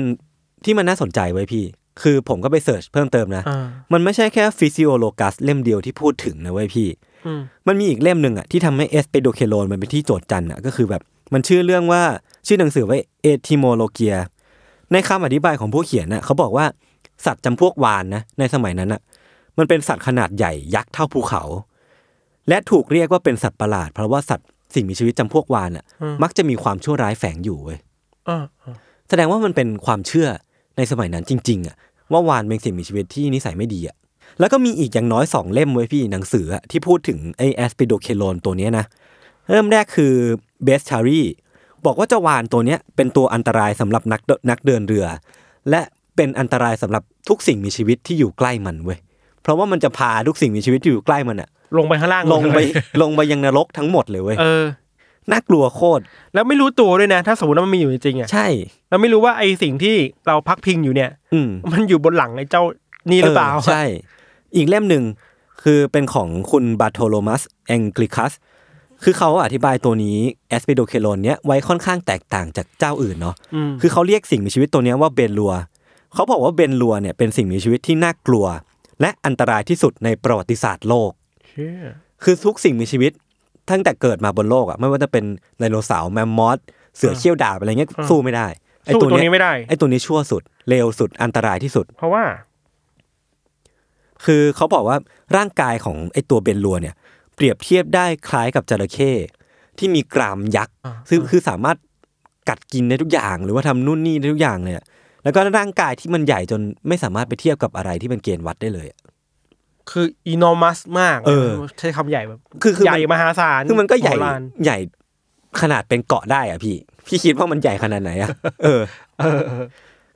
Speaker 2: ที่มันน่าสนใจไว้ยพี่ คือผมก็ไปเสิร์ชเพิ่มเติมนะ
Speaker 3: อ่า
Speaker 2: มันไม่ใช่แค่ฟิซิโอโลกัสเล่มเดียวที่พูดถึงนะเว้ยพี่
Speaker 3: อืม
Speaker 2: มันมีอีกเล่มหนึ่งอ่ะที่ทำให้เอสเปโดเคโลนมันเป็นที่โจทย์จันทร์อ่ะก็คือแบบมันชื่อเรื่องว่าชื่อหนังสือว่าเอทิโมโลเกีย ในคำอธิบายของผู้เขียนน่ะเขาบอกว่าสัตว์จำพวกวานนะในสมัยนั้นอ่ะมันเป็นสัตว์ขนาดใหญ่ยักษ์เท่าภูเขา และถูกเรียกว่าเป็นสัตว์ประหลาด เพราะว่าสัตว์สิ่งมีชีวิตจำพวกวานอ่ะมักจะมีความชั่วร้ายแฝงอยู่เว้ย
Speaker 3: อ่า
Speaker 2: แสดงว่ามันเป็นความเชื่อในสมัยนั้นจริงๆอ่ะว่าวานเป็นสิ่งมีชีวิตที่นิสัยไม่ดีอ่ะแล้วก็มีอีกอย่างน้อยสองเล่มเว้ยพี่หนังสืออ่ะที่พูดถึงไอแอสปิโดเคโลนตัวเนี้ยนะ เริ่มแรกคือเบสชารีบอกว่าเจ้าวานตัวเนี้ยเป็นตัวอันตรายสำหรับนักเดินนักเดินเรือ และเป็นอันตรายสำหรับทุกสิ่งมีชีวิตที่อยู่ใกล้มันเว้ยเพราะว่ามันจะพาทุกสิ่งมีชีวิตที่อยู่ใกล้มันอะ
Speaker 3: ลงไปข้างล่าง
Speaker 2: ลงไป
Speaker 3: เย
Speaker 2: ลงไปยังนรกทั้งหมดเลยเว้ย
Speaker 3: เออ
Speaker 2: น่ากลัวโคตร
Speaker 3: แล้วไม่รู้ตัวด้วยนะ ถ้าสมมติว่ามันมีอยู่จริงๆอ่ะ
Speaker 2: ใช่
Speaker 3: เราไม่รู้ว่าไอสิ่งที่เราพักพิงอยู่เนี่ย
Speaker 2: อืม
Speaker 3: มันอยู่บนหลังไอเจ้านี่หรือเปล่า
Speaker 2: ใช่ อีกเล่มหนึ่งคือเป็นของคุณบาโทโลมัสแองกลิคัสคือเขาอธิบายตัวนี้แอสเปโดเคโลนเนี้ยไว้ค่อนข้างแตกต่างจากเจ้าอื่นเนาะ
Speaker 3: อืม
Speaker 2: คือเขาเรียกสิ่งมีชีวิตตัวเนี้ยว่าเบนลัว เขาบอกว่าเบนลัวเนี่ยเป็นสิ่งมีชีวิตที่น่ากลัว และอันตรายที่สุดในประวัติศาสตร์โลก
Speaker 3: เชี่ย
Speaker 2: คือทุกสิ่งมีชีวิตตั้งแต่เกิดมาบนโลกอะไม่ว่าจะเป็นไดโนเสาร์แมมมอสเสือเขี้ยวดาบอะไรเงี้ยสู้ไม่ได้ไอ
Speaker 3: สู้
Speaker 2: ตัว
Speaker 3: ตัว
Speaker 2: เนี้
Speaker 3: นี้
Speaker 2: ย
Speaker 3: ไม่ได้
Speaker 2: ไอตัวนี้ชั่วสุดเลวสุดอันตรายที่สุด
Speaker 3: เพราะว่า
Speaker 2: คือเขาบอกว่าร่างกายของไอตัวเบนลัวเนี่ย เปรียบเทียบได้คล้ายกับจระเข้ที่มีกรามยักษ์ซึ่งคือสามารถกัดกินได้ทุกอย่าง หรือว่าทำนู่นนี่ได้ทุกอย่างเลยอะแล้วก็ร่างกายที่มันใหญ่จนไม่สามารถไปเทียบกับอะไรที่เป็นเกณฑ์วัดได้เลยอะ
Speaker 3: คืออีนอมัสมาก
Speaker 2: เออ
Speaker 3: ใช้คำใหญ่แบบ
Speaker 2: คือคือ
Speaker 3: ใหญ่
Speaker 2: มัน
Speaker 3: มหาศาล
Speaker 2: คือมันก็ใหญ่
Speaker 3: โบราณ
Speaker 2: ใหญ่ขนาดเป็นเกาะได้อะพี่ พี่คิดว่ามันใหญ่ขนาดไหนอะเออ
Speaker 3: เออเออ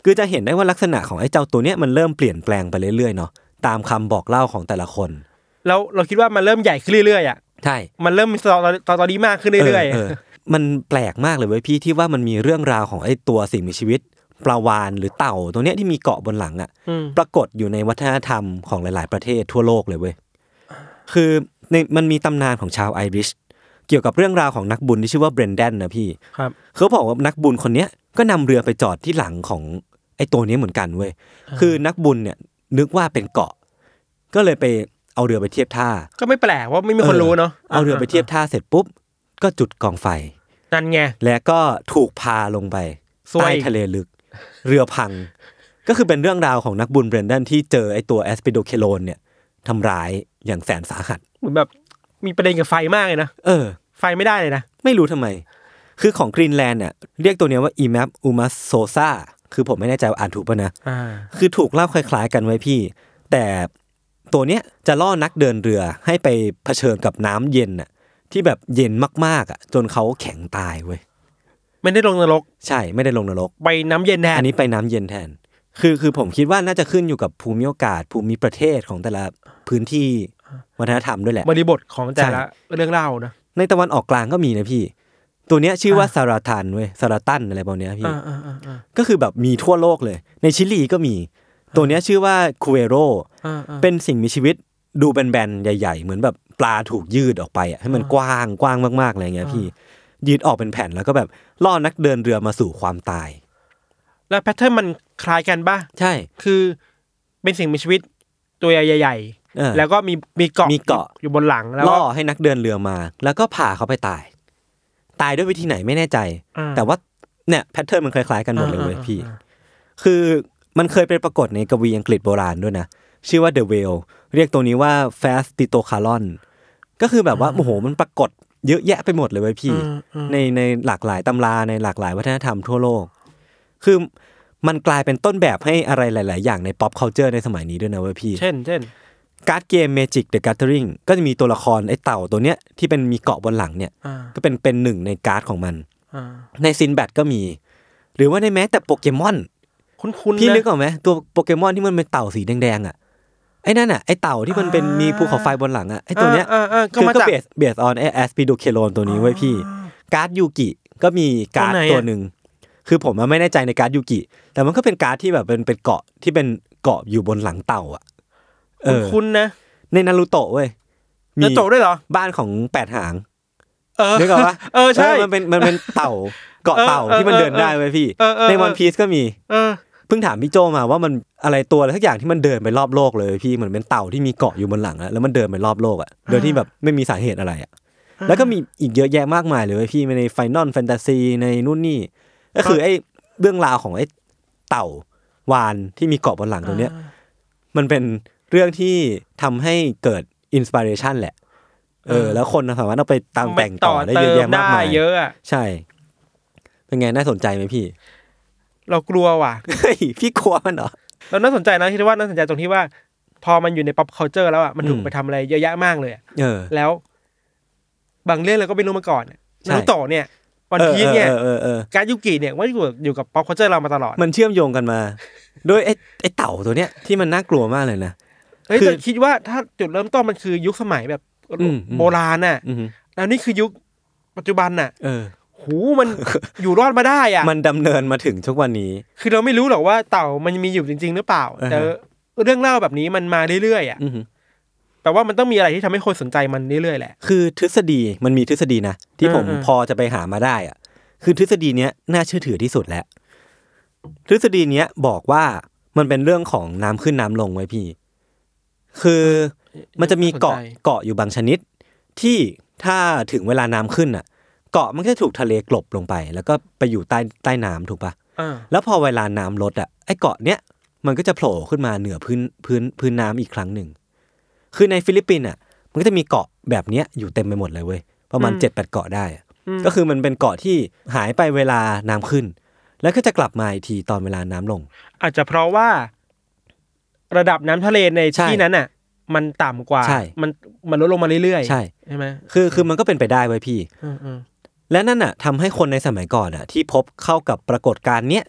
Speaker 2: คือจะเห็นได้ว่าลักษณะของไอ้เจ้าตัวเนี้ยมันเริ่มเปลี่ยนแปลงไปเรื่อยๆเนาะตามคำบอกเล่าของแต่ละคน
Speaker 3: แล้วเราคิดว่ามันเริ่มใหญ่ขึ้นเรื่อยๆอ่ะ
Speaker 2: ใช่
Speaker 3: มันเริ่มมีสตอรี่ตอนี้มากขึ้นเรื่อย
Speaker 2: เออเออมันแปลกมากเลยเว้ยพี่ที่ว่ามันมีเรื่องราวของไอ้ตัวสิ่งมีชีวิตปลาวานหรือเต่าตัวเนี้ยที่มีเกาะบนหลังอะ่ะ
Speaker 3: ๆอืม
Speaker 2: ปรากฏอยู่ในวัฒนธรรมของหลาย ๆ ประเทศทั่วโลกเลยเว้ยคือในมันมีตำนานของชาวไอริช เกี่ยวกับเรื่องราวของนักบุญที่ชื่อว่าเบรนแดนนะพี่
Speaker 3: ครับ
Speaker 2: เขาบอกว่านักบุญคนเนี้ยก็นำเรือไปจอดที่หลังของไอ้ตัวนี้เหมือนกันเว้ย คือนักบุญเนี่ยนึกว่าเป็นเกาะ ก็เลยไปเอาเรือไปเทียบท่า
Speaker 3: ก็ไม่แปลกว่าไม่มีคนรู้เนาะ
Speaker 2: เอาเรือไปเทียบท่าเสร็จปุ๊บ ก็จุดกองไฟ
Speaker 3: นั่นไง
Speaker 2: แล้วก็ถูกพาลงไป
Speaker 3: ซวย
Speaker 2: ใต้ทะเลลึก เรือพัง ก็คือเป็นเรื่องราวของนักบุญเบรนดันที่เจอไอ้ตัวแอสปิโดเคโลนเนี่ยทำร้ายอย่างแสนสาหัส
Speaker 3: เหมือนแบบมีประเด็นกับไฟมากเลยนะ
Speaker 2: เออ
Speaker 3: ไฟไม่ได้เลยนะ
Speaker 2: ไม่รู้ทำไม คือของกรีนแลนด์เนี่ยเรียกตัวเนี้ยว่า e m a p u m a s o s a คือผมไม่แน่ใจว่าอ่านถูกปะนะ
Speaker 3: อ่า
Speaker 2: คือถูกเล่าคล้าย ๆ กันไว้พี่ แต่ตัวเนี้ยจะล่อนักเดินเรือให้ไปเผชิญกับน้ำเย็นน่ะที่แบบเย็นมากๆอ่ะจนเขาแข็งตายเว้ย
Speaker 3: ไม่ได้ลงนรก
Speaker 2: ใช่ไม่ได้ลงนรก
Speaker 3: ไปน้ำเย็นแทน
Speaker 2: อันนี้ไปน้ำเย็นแทน คือคือผมคิดว่าน่าจะขึ้นอยู่กับภูมิโอกาส ภูมิประเทศของแต่ละพื้นที่วัฒนธรรมด้วยแหละ
Speaker 3: บริบทของแต่ละเรื่องเล่านะ
Speaker 2: ในตะวันออกกลางก็มีนะพี่ ตัวเนี้ยชื่อว่าซาราทันเว้ยซาราตันอะไรแบบเนี้ยพี่
Speaker 3: อ่าอ่าอ่าอ่า
Speaker 2: ก็คือแบบมีทั่วโลกเลย ในชิลีก็มี ตัวเนี้ยชื่อว่าคูเอโร
Speaker 3: อ่าอ่า
Speaker 2: เป็นสิ่งมีชีวิตดูแบนๆ ใหญ่ ๆ เหมือนแบบปลาถูกยืดออกไปอ่ะให้มันกว้างกว้างมากๆอะไรเงี้ยพี่ ยืดออกเป็นแผ่นแล้วก็แบบล่อนักเดินเรือมาสู่ความตาย
Speaker 3: แล้วแพทเทิร์นมันคล้ายกันป่ะ
Speaker 2: ใช่
Speaker 3: คือเป็นสิ่งมีชีวิตตัวใหญ่
Speaker 2: เออ
Speaker 3: ๆ แล้วก็มีมีเกาะ
Speaker 2: มีเกาะ
Speaker 3: อยู่บนหลังแล้วก็
Speaker 2: ล่อให้นักเดินเรือมา แล้วก็พาเขาไปตาย ตายด้วยวิธีไหนไม่แน่ใจ
Speaker 3: อ่า
Speaker 2: แต่ว่าเนี่ยแพทเทิร์นมันคล้ายๆกันหมดเลยเว้ย
Speaker 3: อ่าอ่า
Speaker 2: พี่
Speaker 3: อ่า
Speaker 2: คือมันเคยเป็นปรากฏในกวีอังกฤษโบราณด้วยนะ ชื่อว่า The Whale เรียกตัวนี้ว่า Fast t i t o c a l o n ก็คือแบบว่าโอ้โหมันปรากฏเยอะแยะไปหมดเลยเว้ยพี่ ในในหลากหลายตำราในหลากหลายวัฒนธรรมทั่วโลก คือมันกลายเป็นต้นแบบให้อะไรหลาย ๆ อย่างใน pop culture ในสมัยนี้ด้วยนะเว้ยพี่
Speaker 3: เช่น เช่น
Speaker 2: การ์ดเกม Magic the Gathering ก็จะมีตัวละครไอ้เต่าตัวเนี้ยที่เป็นมีเกาะบนหลังเนี่ย
Speaker 3: อ่า
Speaker 2: ก็เป็นเป็นหนึ่งในการ์ดของมัน
Speaker 3: อ่า
Speaker 2: ในซินแบทก็มี หรือว่าในแม้แต่โปเกมอน
Speaker 3: คุ้นคุ้นๆ
Speaker 2: พี่นึก
Speaker 3: นะ
Speaker 2: ออกไหมตัวโปเกมอนที่มันเป็นเต่าสีแดงๆอ่ะไอ้นั่นอ่ะไอ้เต่าที่มันเป็น
Speaker 3: อ่ามี
Speaker 2: มีภูเขาไฟบนหลังอ่ะไอ้ตัวเนี้ย
Speaker 3: อ่าอ่าก็
Speaker 2: คือ
Speaker 3: มา
Speaker 2: ก็
Speaker 3: จาก
Speaker 2: เบสเบสออนไอแอสปิโดเคโลนตัวนี้ไว้ยพี่ การ์ดยูกิก็มีการ์ด
Speaker 3: ตัวไหนอะ
Speaker 2: ตัวหนึ่งคือผมอะไม่แน่ใจในการ์ดยูกิแต่มันก็เป็นการ์ดที่แบบเป็นเป็นเกาะที่เป็นเกาะอยู่บนหลังเต่าอ่ะเอ
Speaker 3: คุ้น
Speaker 2: อ
Speaker 3: คุ้นๆนะ
Speaker 2: ในนารูโตะเว้ย
Speaker 3: แล้วโตด้วยเหรอ
Speaker 2: บ้านของแปดหาง
Speaker 3: เออ
Speaker 2: นึกออกปะ
Speaker 3: เออใช่
Speaker 2: มันเป็นมันเป็นเต่า เกาะ
Speaker 3: เออ
Speaker 2: เต่า
Speaker 3: เออ
Speaker 2: ที่มันเดิน
Speaker 3: เออ
Speaker 2: ได้เว้ยพี่
Speaker 3: เออเออ
Speaker 2: ใน
Speaker 3: เออ
Speaker 2: วันพีซก็มี
Speaker 3: เออ
Speaker 2: เพิ่งถามพี่โจมาว่ามันอะไรตัวอะไรทักอย่างที่มันเดินไปรอบโลกเลยพี่เหมือนเป็นเต่าที่มีเกาะอยู่บนหลังอะแล้วมันเดินไปรอบโลกอะโดยที่แบบไม่มีสาเหตุอะไรอะแล้วก็มีอีกเยอะแยะมากมายเลยเว้ยพี่ในไฟนอลแฟนตาซีในนู่นนี่ ก็คือไอ้เรื่องราวของไอ้เต่าวานที่มีเกาะบนหลังตัวเนี้ย มันเป็นเรื่องที่ทำให้เกิดอินสปิเรชันแหละ เออ
Speaker 3: เออ
Speaker 2: แล้วคนสามารถเอาไปตามแต่งต่อได้เยอะแยะมากมาย
Speaker 3: เยอะอะ
Speaker 2: ใช่ เป็นไงน่าสนใจไหมพี่
Speaker 3: เรากลัวว่ะ
Speaker 2: เฮ้ย พี่กลัวมันเหรอ
Speaker 3: เราน่าสนใจนะคิดว่าน่าสนใจตรงที่ว่า พอมันอยู่ใน pop culture แล้วอ่ะมันถู
Speaker 2: อื
Speaker 3: ก
Speaker 2: ม
Speaker 3: ไปทำอะไรเยอะแยะมากเลยอะ
Speaker 2: เออ
Speaker 3: แล้ว บางเรื่องเราก็ไม่รู้มาก่อนอะ
Speaker 2: ใช่
Speaker 3: นารูโตะเนี่ยวันพีซเนี่ย
Speaker 2: ออออออเออ
Speaker 3: การดยุกิเนี่ยว่าอยู่อยู่กับ pop culture เรามาตลอด
Speaker 2: มันเชื่อมโยงกันมาโดยไอ้ไอ้เต่าตัวเนี้ยที่มันน่ากลัวมากเลยนะ
Speaker 3: เฮ้ย
Speaker 2: คือ
Speaker 3: แต่คิดว่าถ้าจุดเริ่มต้นมันคือยุคสมัยแบบ
Speaker 2: อืม
Speaker 3: โบราณน่ะ
Speaker 2: อือหือ
Speaker 3: แล้วนี่คือยุคปัจจุบันน่ะ
Speaker 2: เออ
Speaker 3: หูมัน อยู่รอดมาได้อ่ะ
Speaker 2: มันดำเนินมาถึงทุกวันนี้
Speaker 3: คือเราไม่รู้หรอกว่าเต่ามันมีอยู่จริง ๆ หรือเปล่า
Speaker 2: อ่าฮะ
Speaker 3: แต่เรื่องเล่าแบบนี้มันมาเรื่อยๆอ่ะ
Speaker 2: อือหือ
Speaker 3: แปลว่ามันต้องมีอะไรที่ทำให้คนสนใจมันเรื่อยๆแหละ
Speaker 2: คือทฤษฎีมันมีทฤษฎีนะ ที่ผม
Speaker 3: อ่าๆ
Speaker 2: พอจะไปหามาได้อะคือทฤษฎีเนี้ยน่าเชื่อถือที่สุดแล้ว ทฤษฎีเนี้ยบอกว่ามันเป็นเรื่องของน้ำขึ้นน้ำลงไว้พี่ คือมันจะมีเกาะ
Speaker 3: น่สนใจ
Speaker 2: เกาะอยู่บางชนิด ที่ถ้าถึงเวลาน้ำขึ้นอ่ะ เกาะมันก็จะถูกทะเลกลบลงไป แล้วก็ไปอยู่ใต้ใต้น้ำถูกปะ
Speaker 3: อ่า
Speaker 2: แล้วพอเวลาน้ำลดอ่ะไอ้เกาะเนี้ยมันก็จะโผล่ขึ้นมาเหนือพื้นพื้นพื้นน้ำอีกครั้งหนึ่ง คือในฟิลิปปินส์อ่ะ มันก็จะมีเกาะแบบเนี้ยอยู่เต็มไปหมดเลยเว้ยประมาณ
Speaker 3: อืม
Speaker 2: เจ็ดแปดเกาะได้อะก็คือมันเป็นเกาะที่หายไปเวลาน้ำขึ้น แล้วก็จะกลับมาอีกทีตอนเวลาน้ำลง
Speaker 3: อาจจะเพราะว่า ระดับน้ำทะเลใน
Speaker 2: ใช่
Speaker 3: ที่นั้นน่ะ มันต่ำกว่า
Speaker 2: ใช่
Speaker 3: มันมันลดลงมาเรื่อยๆ
Speaker 2: ใช่
Speaker 3: ใช่ไหม
Speaker 2: คือคือมันก็เป็นไปได้เว้ยพี่
Speaker 3: อืมอืม
Speaker 2: และนั่นอ่ะทำให้คนในสมัยก่อนอ่ะ ที่พบเข้ากับปรากฏการณ์เนี้ย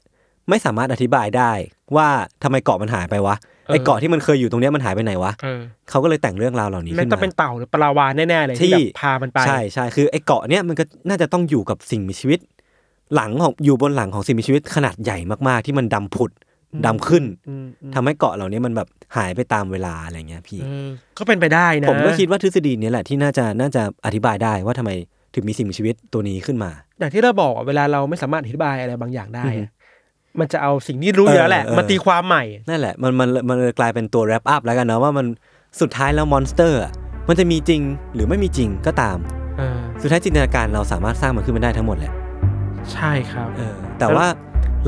Speaker 2: ไม่สามารถอธิบายได้ ว่าทำไมเกาะมันหายไปวะไอ้เกาะที่มันเคยอยู่ตรงเนี้ยมันหายไปไหนวะ
Speaker 3: เออ
Speaker 2: เขาก็เลยแต่งเรื่องราวเหล่านี้
Speaker 3: แม่
Speaker 2: ขึ้น
Speaker 3: ต้อง
Speaker 2: มา
Speaker 3: เป็นเต่าหรือปลาวานแน่ๆเลยที่
Speaker 2: ที่
Speaker 3: แบบพามันไป
Speaker 2: ใช่ใช่คือไอ้เกาะเนี่ยมันก็น่าจะต้องอยู่กับสิ่งมีชีวิต หลังของอยู่บนหลังของสิ่งมีชีวิตขนาดใหญ่มากๆ ที่มันดำผุดดำขึ้น
Speaker 3: อืมอืม
Speaker 2: ทำให้เกาะเหล่านี้มันแบบหายไปตามเวลาอะไรเงี้ยพี่
Speaker 3: เออก็เป็นไปได้นะ
Speaker 2: ผมก็คิดว่าทฤษฎีเนี้แหละที่น่าจะน่าจะอธิบายได้ว่าทำไม ถึงมีสิ่งมีชีวิตตัวนี้ขึ้นมา
Speaker 3: อย่างที่เราบอกอะเวลาเราไม่สามารถอธิบายอะไรบางอย่างได้
Speaker 2: อือฮึ
Speaker 3: อะมันจะเอาสิ่งที่รู้อยู่แล้วแหละ
Speaker 2: เออเออ
Speaker 3: มาตีความใหม่
Speaker 2: นั่นแหละมันมันมันเลยกลายเป็นตัวแรปอัพแล้วกันนะว่ามันสุดท้ายแล้วมอนสเตอร์มันจะมีจริงหรือไม่มีจริงก็ตาม
Speaker 3: เออ
Speaker 2: สุดท้ายจินตนาการเราสามารถสร้างมันขึ้นมาได้ทั้งหมดแหละ
Speaker 3: ใช่ครับ
Speaker 2: เออแต่
Speaker 3: แล้ว
Speaker 2: ว่า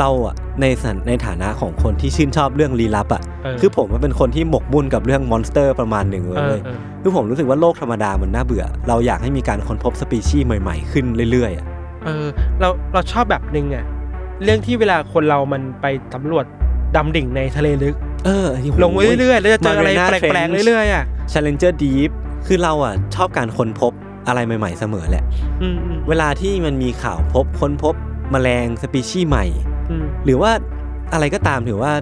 Speaker 2: เราอ่ะในสถานในฐานะของคนที่ชื่นชอบเรื่องลี้ลับอ่ะ
Speaker 3: เ
Speaker 2: คือผมมันเป็นคนที่หมกมุ่นกับเรื่องมอนสเตอร์ประมาณหนึ่งเล
Speaker 3: เอยอ
Speaker 2: เว้ย
Speaker 3: เออ
Speaker 2: คือผมรู้สึกว่าโลกธรรมดามันน่าเบื่อ เราอยากให้มีการค้นพบสปีชีส์ใหม่ๆ ขึ้นเรื่อยๆอ่ะ
Speaker 3: เออ เราเราชอบแบบหนึ่งอะเรื่องที่เวลาคนเรามันไปสำรวจดำดิ่งในทะเลลึก
Speaker 2: เออที่ผม
Speaker 3: ลงไปเรื่อยๆแล้วจะเจออะไร
Speaker 2: Mariana
Speaker 3: แปลก
Speaker 2: Trench
Speaker 3: ๆเรื่อยๆอ่ะ
Speaker 2: Challenger Deep คือเราอ่ะชอบการค้นพบอะไรใหม่ๆเสมอแหละ
Speaker 3: อืมอืม
Speaker 2: เวลาที่มันมีข่าวพบค้นพบแมลงสปีชีส์ใหม่
Speaker 3: อืม
Speaker 2: หรือว่าอะไรก็ตามถือว่า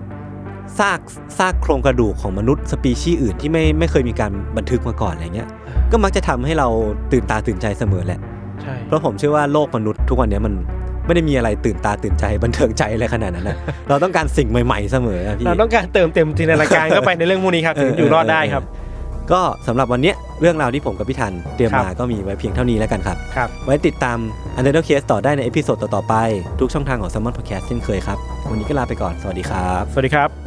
Speaker 2: ซากซากโครงกระดูกของมนุษย์สปีชีส์อื่นที่ไม่ไม่เคยมีการบันทึกมาก่อนอะไรเงี้ย ก็มักจะทำให้เราตื่นตาตื่นใจเสมอแหละ
Speaker 3: ใช่
Speaker 2: เพราะผมเชื่อว่าโลกมนุษย์ทุกวันเนี้ยมันไม่ได้มีอะไรตื่นตาตื่นใจบันเทิงใจอะไรขนาดนั้นนะ เราต้องการสิ่งใหม่ๆเสมออะพี่
Speaker 3: เราต้องการเติมเต็มจินตนาการเข้าไปในเรื่องพวกนี้ครับ ถึงอยู่รอดได้ครับ
Speaker 2: ก็สำหรับวันเนี้ยเรื่องราวที่ผมกับพี่ทันเตรียม
Speaker 3: ครับ
Speaker 2: มาก็มีไว้เพียงเท่านี้แล้วกันครับ
Speaker 3: ครับ
Speaker 2: ไว้ติดตาม u n d e r t a l e Case ต่อได้ในเอพิโซดต่อๆไป ทุกช่องทางของ s ซ m o n Podcast เช่นเคยครับ วันนี้ก็ลาไปก่อน สวัสดีครับ
Speaker 3: สวัสดีครับ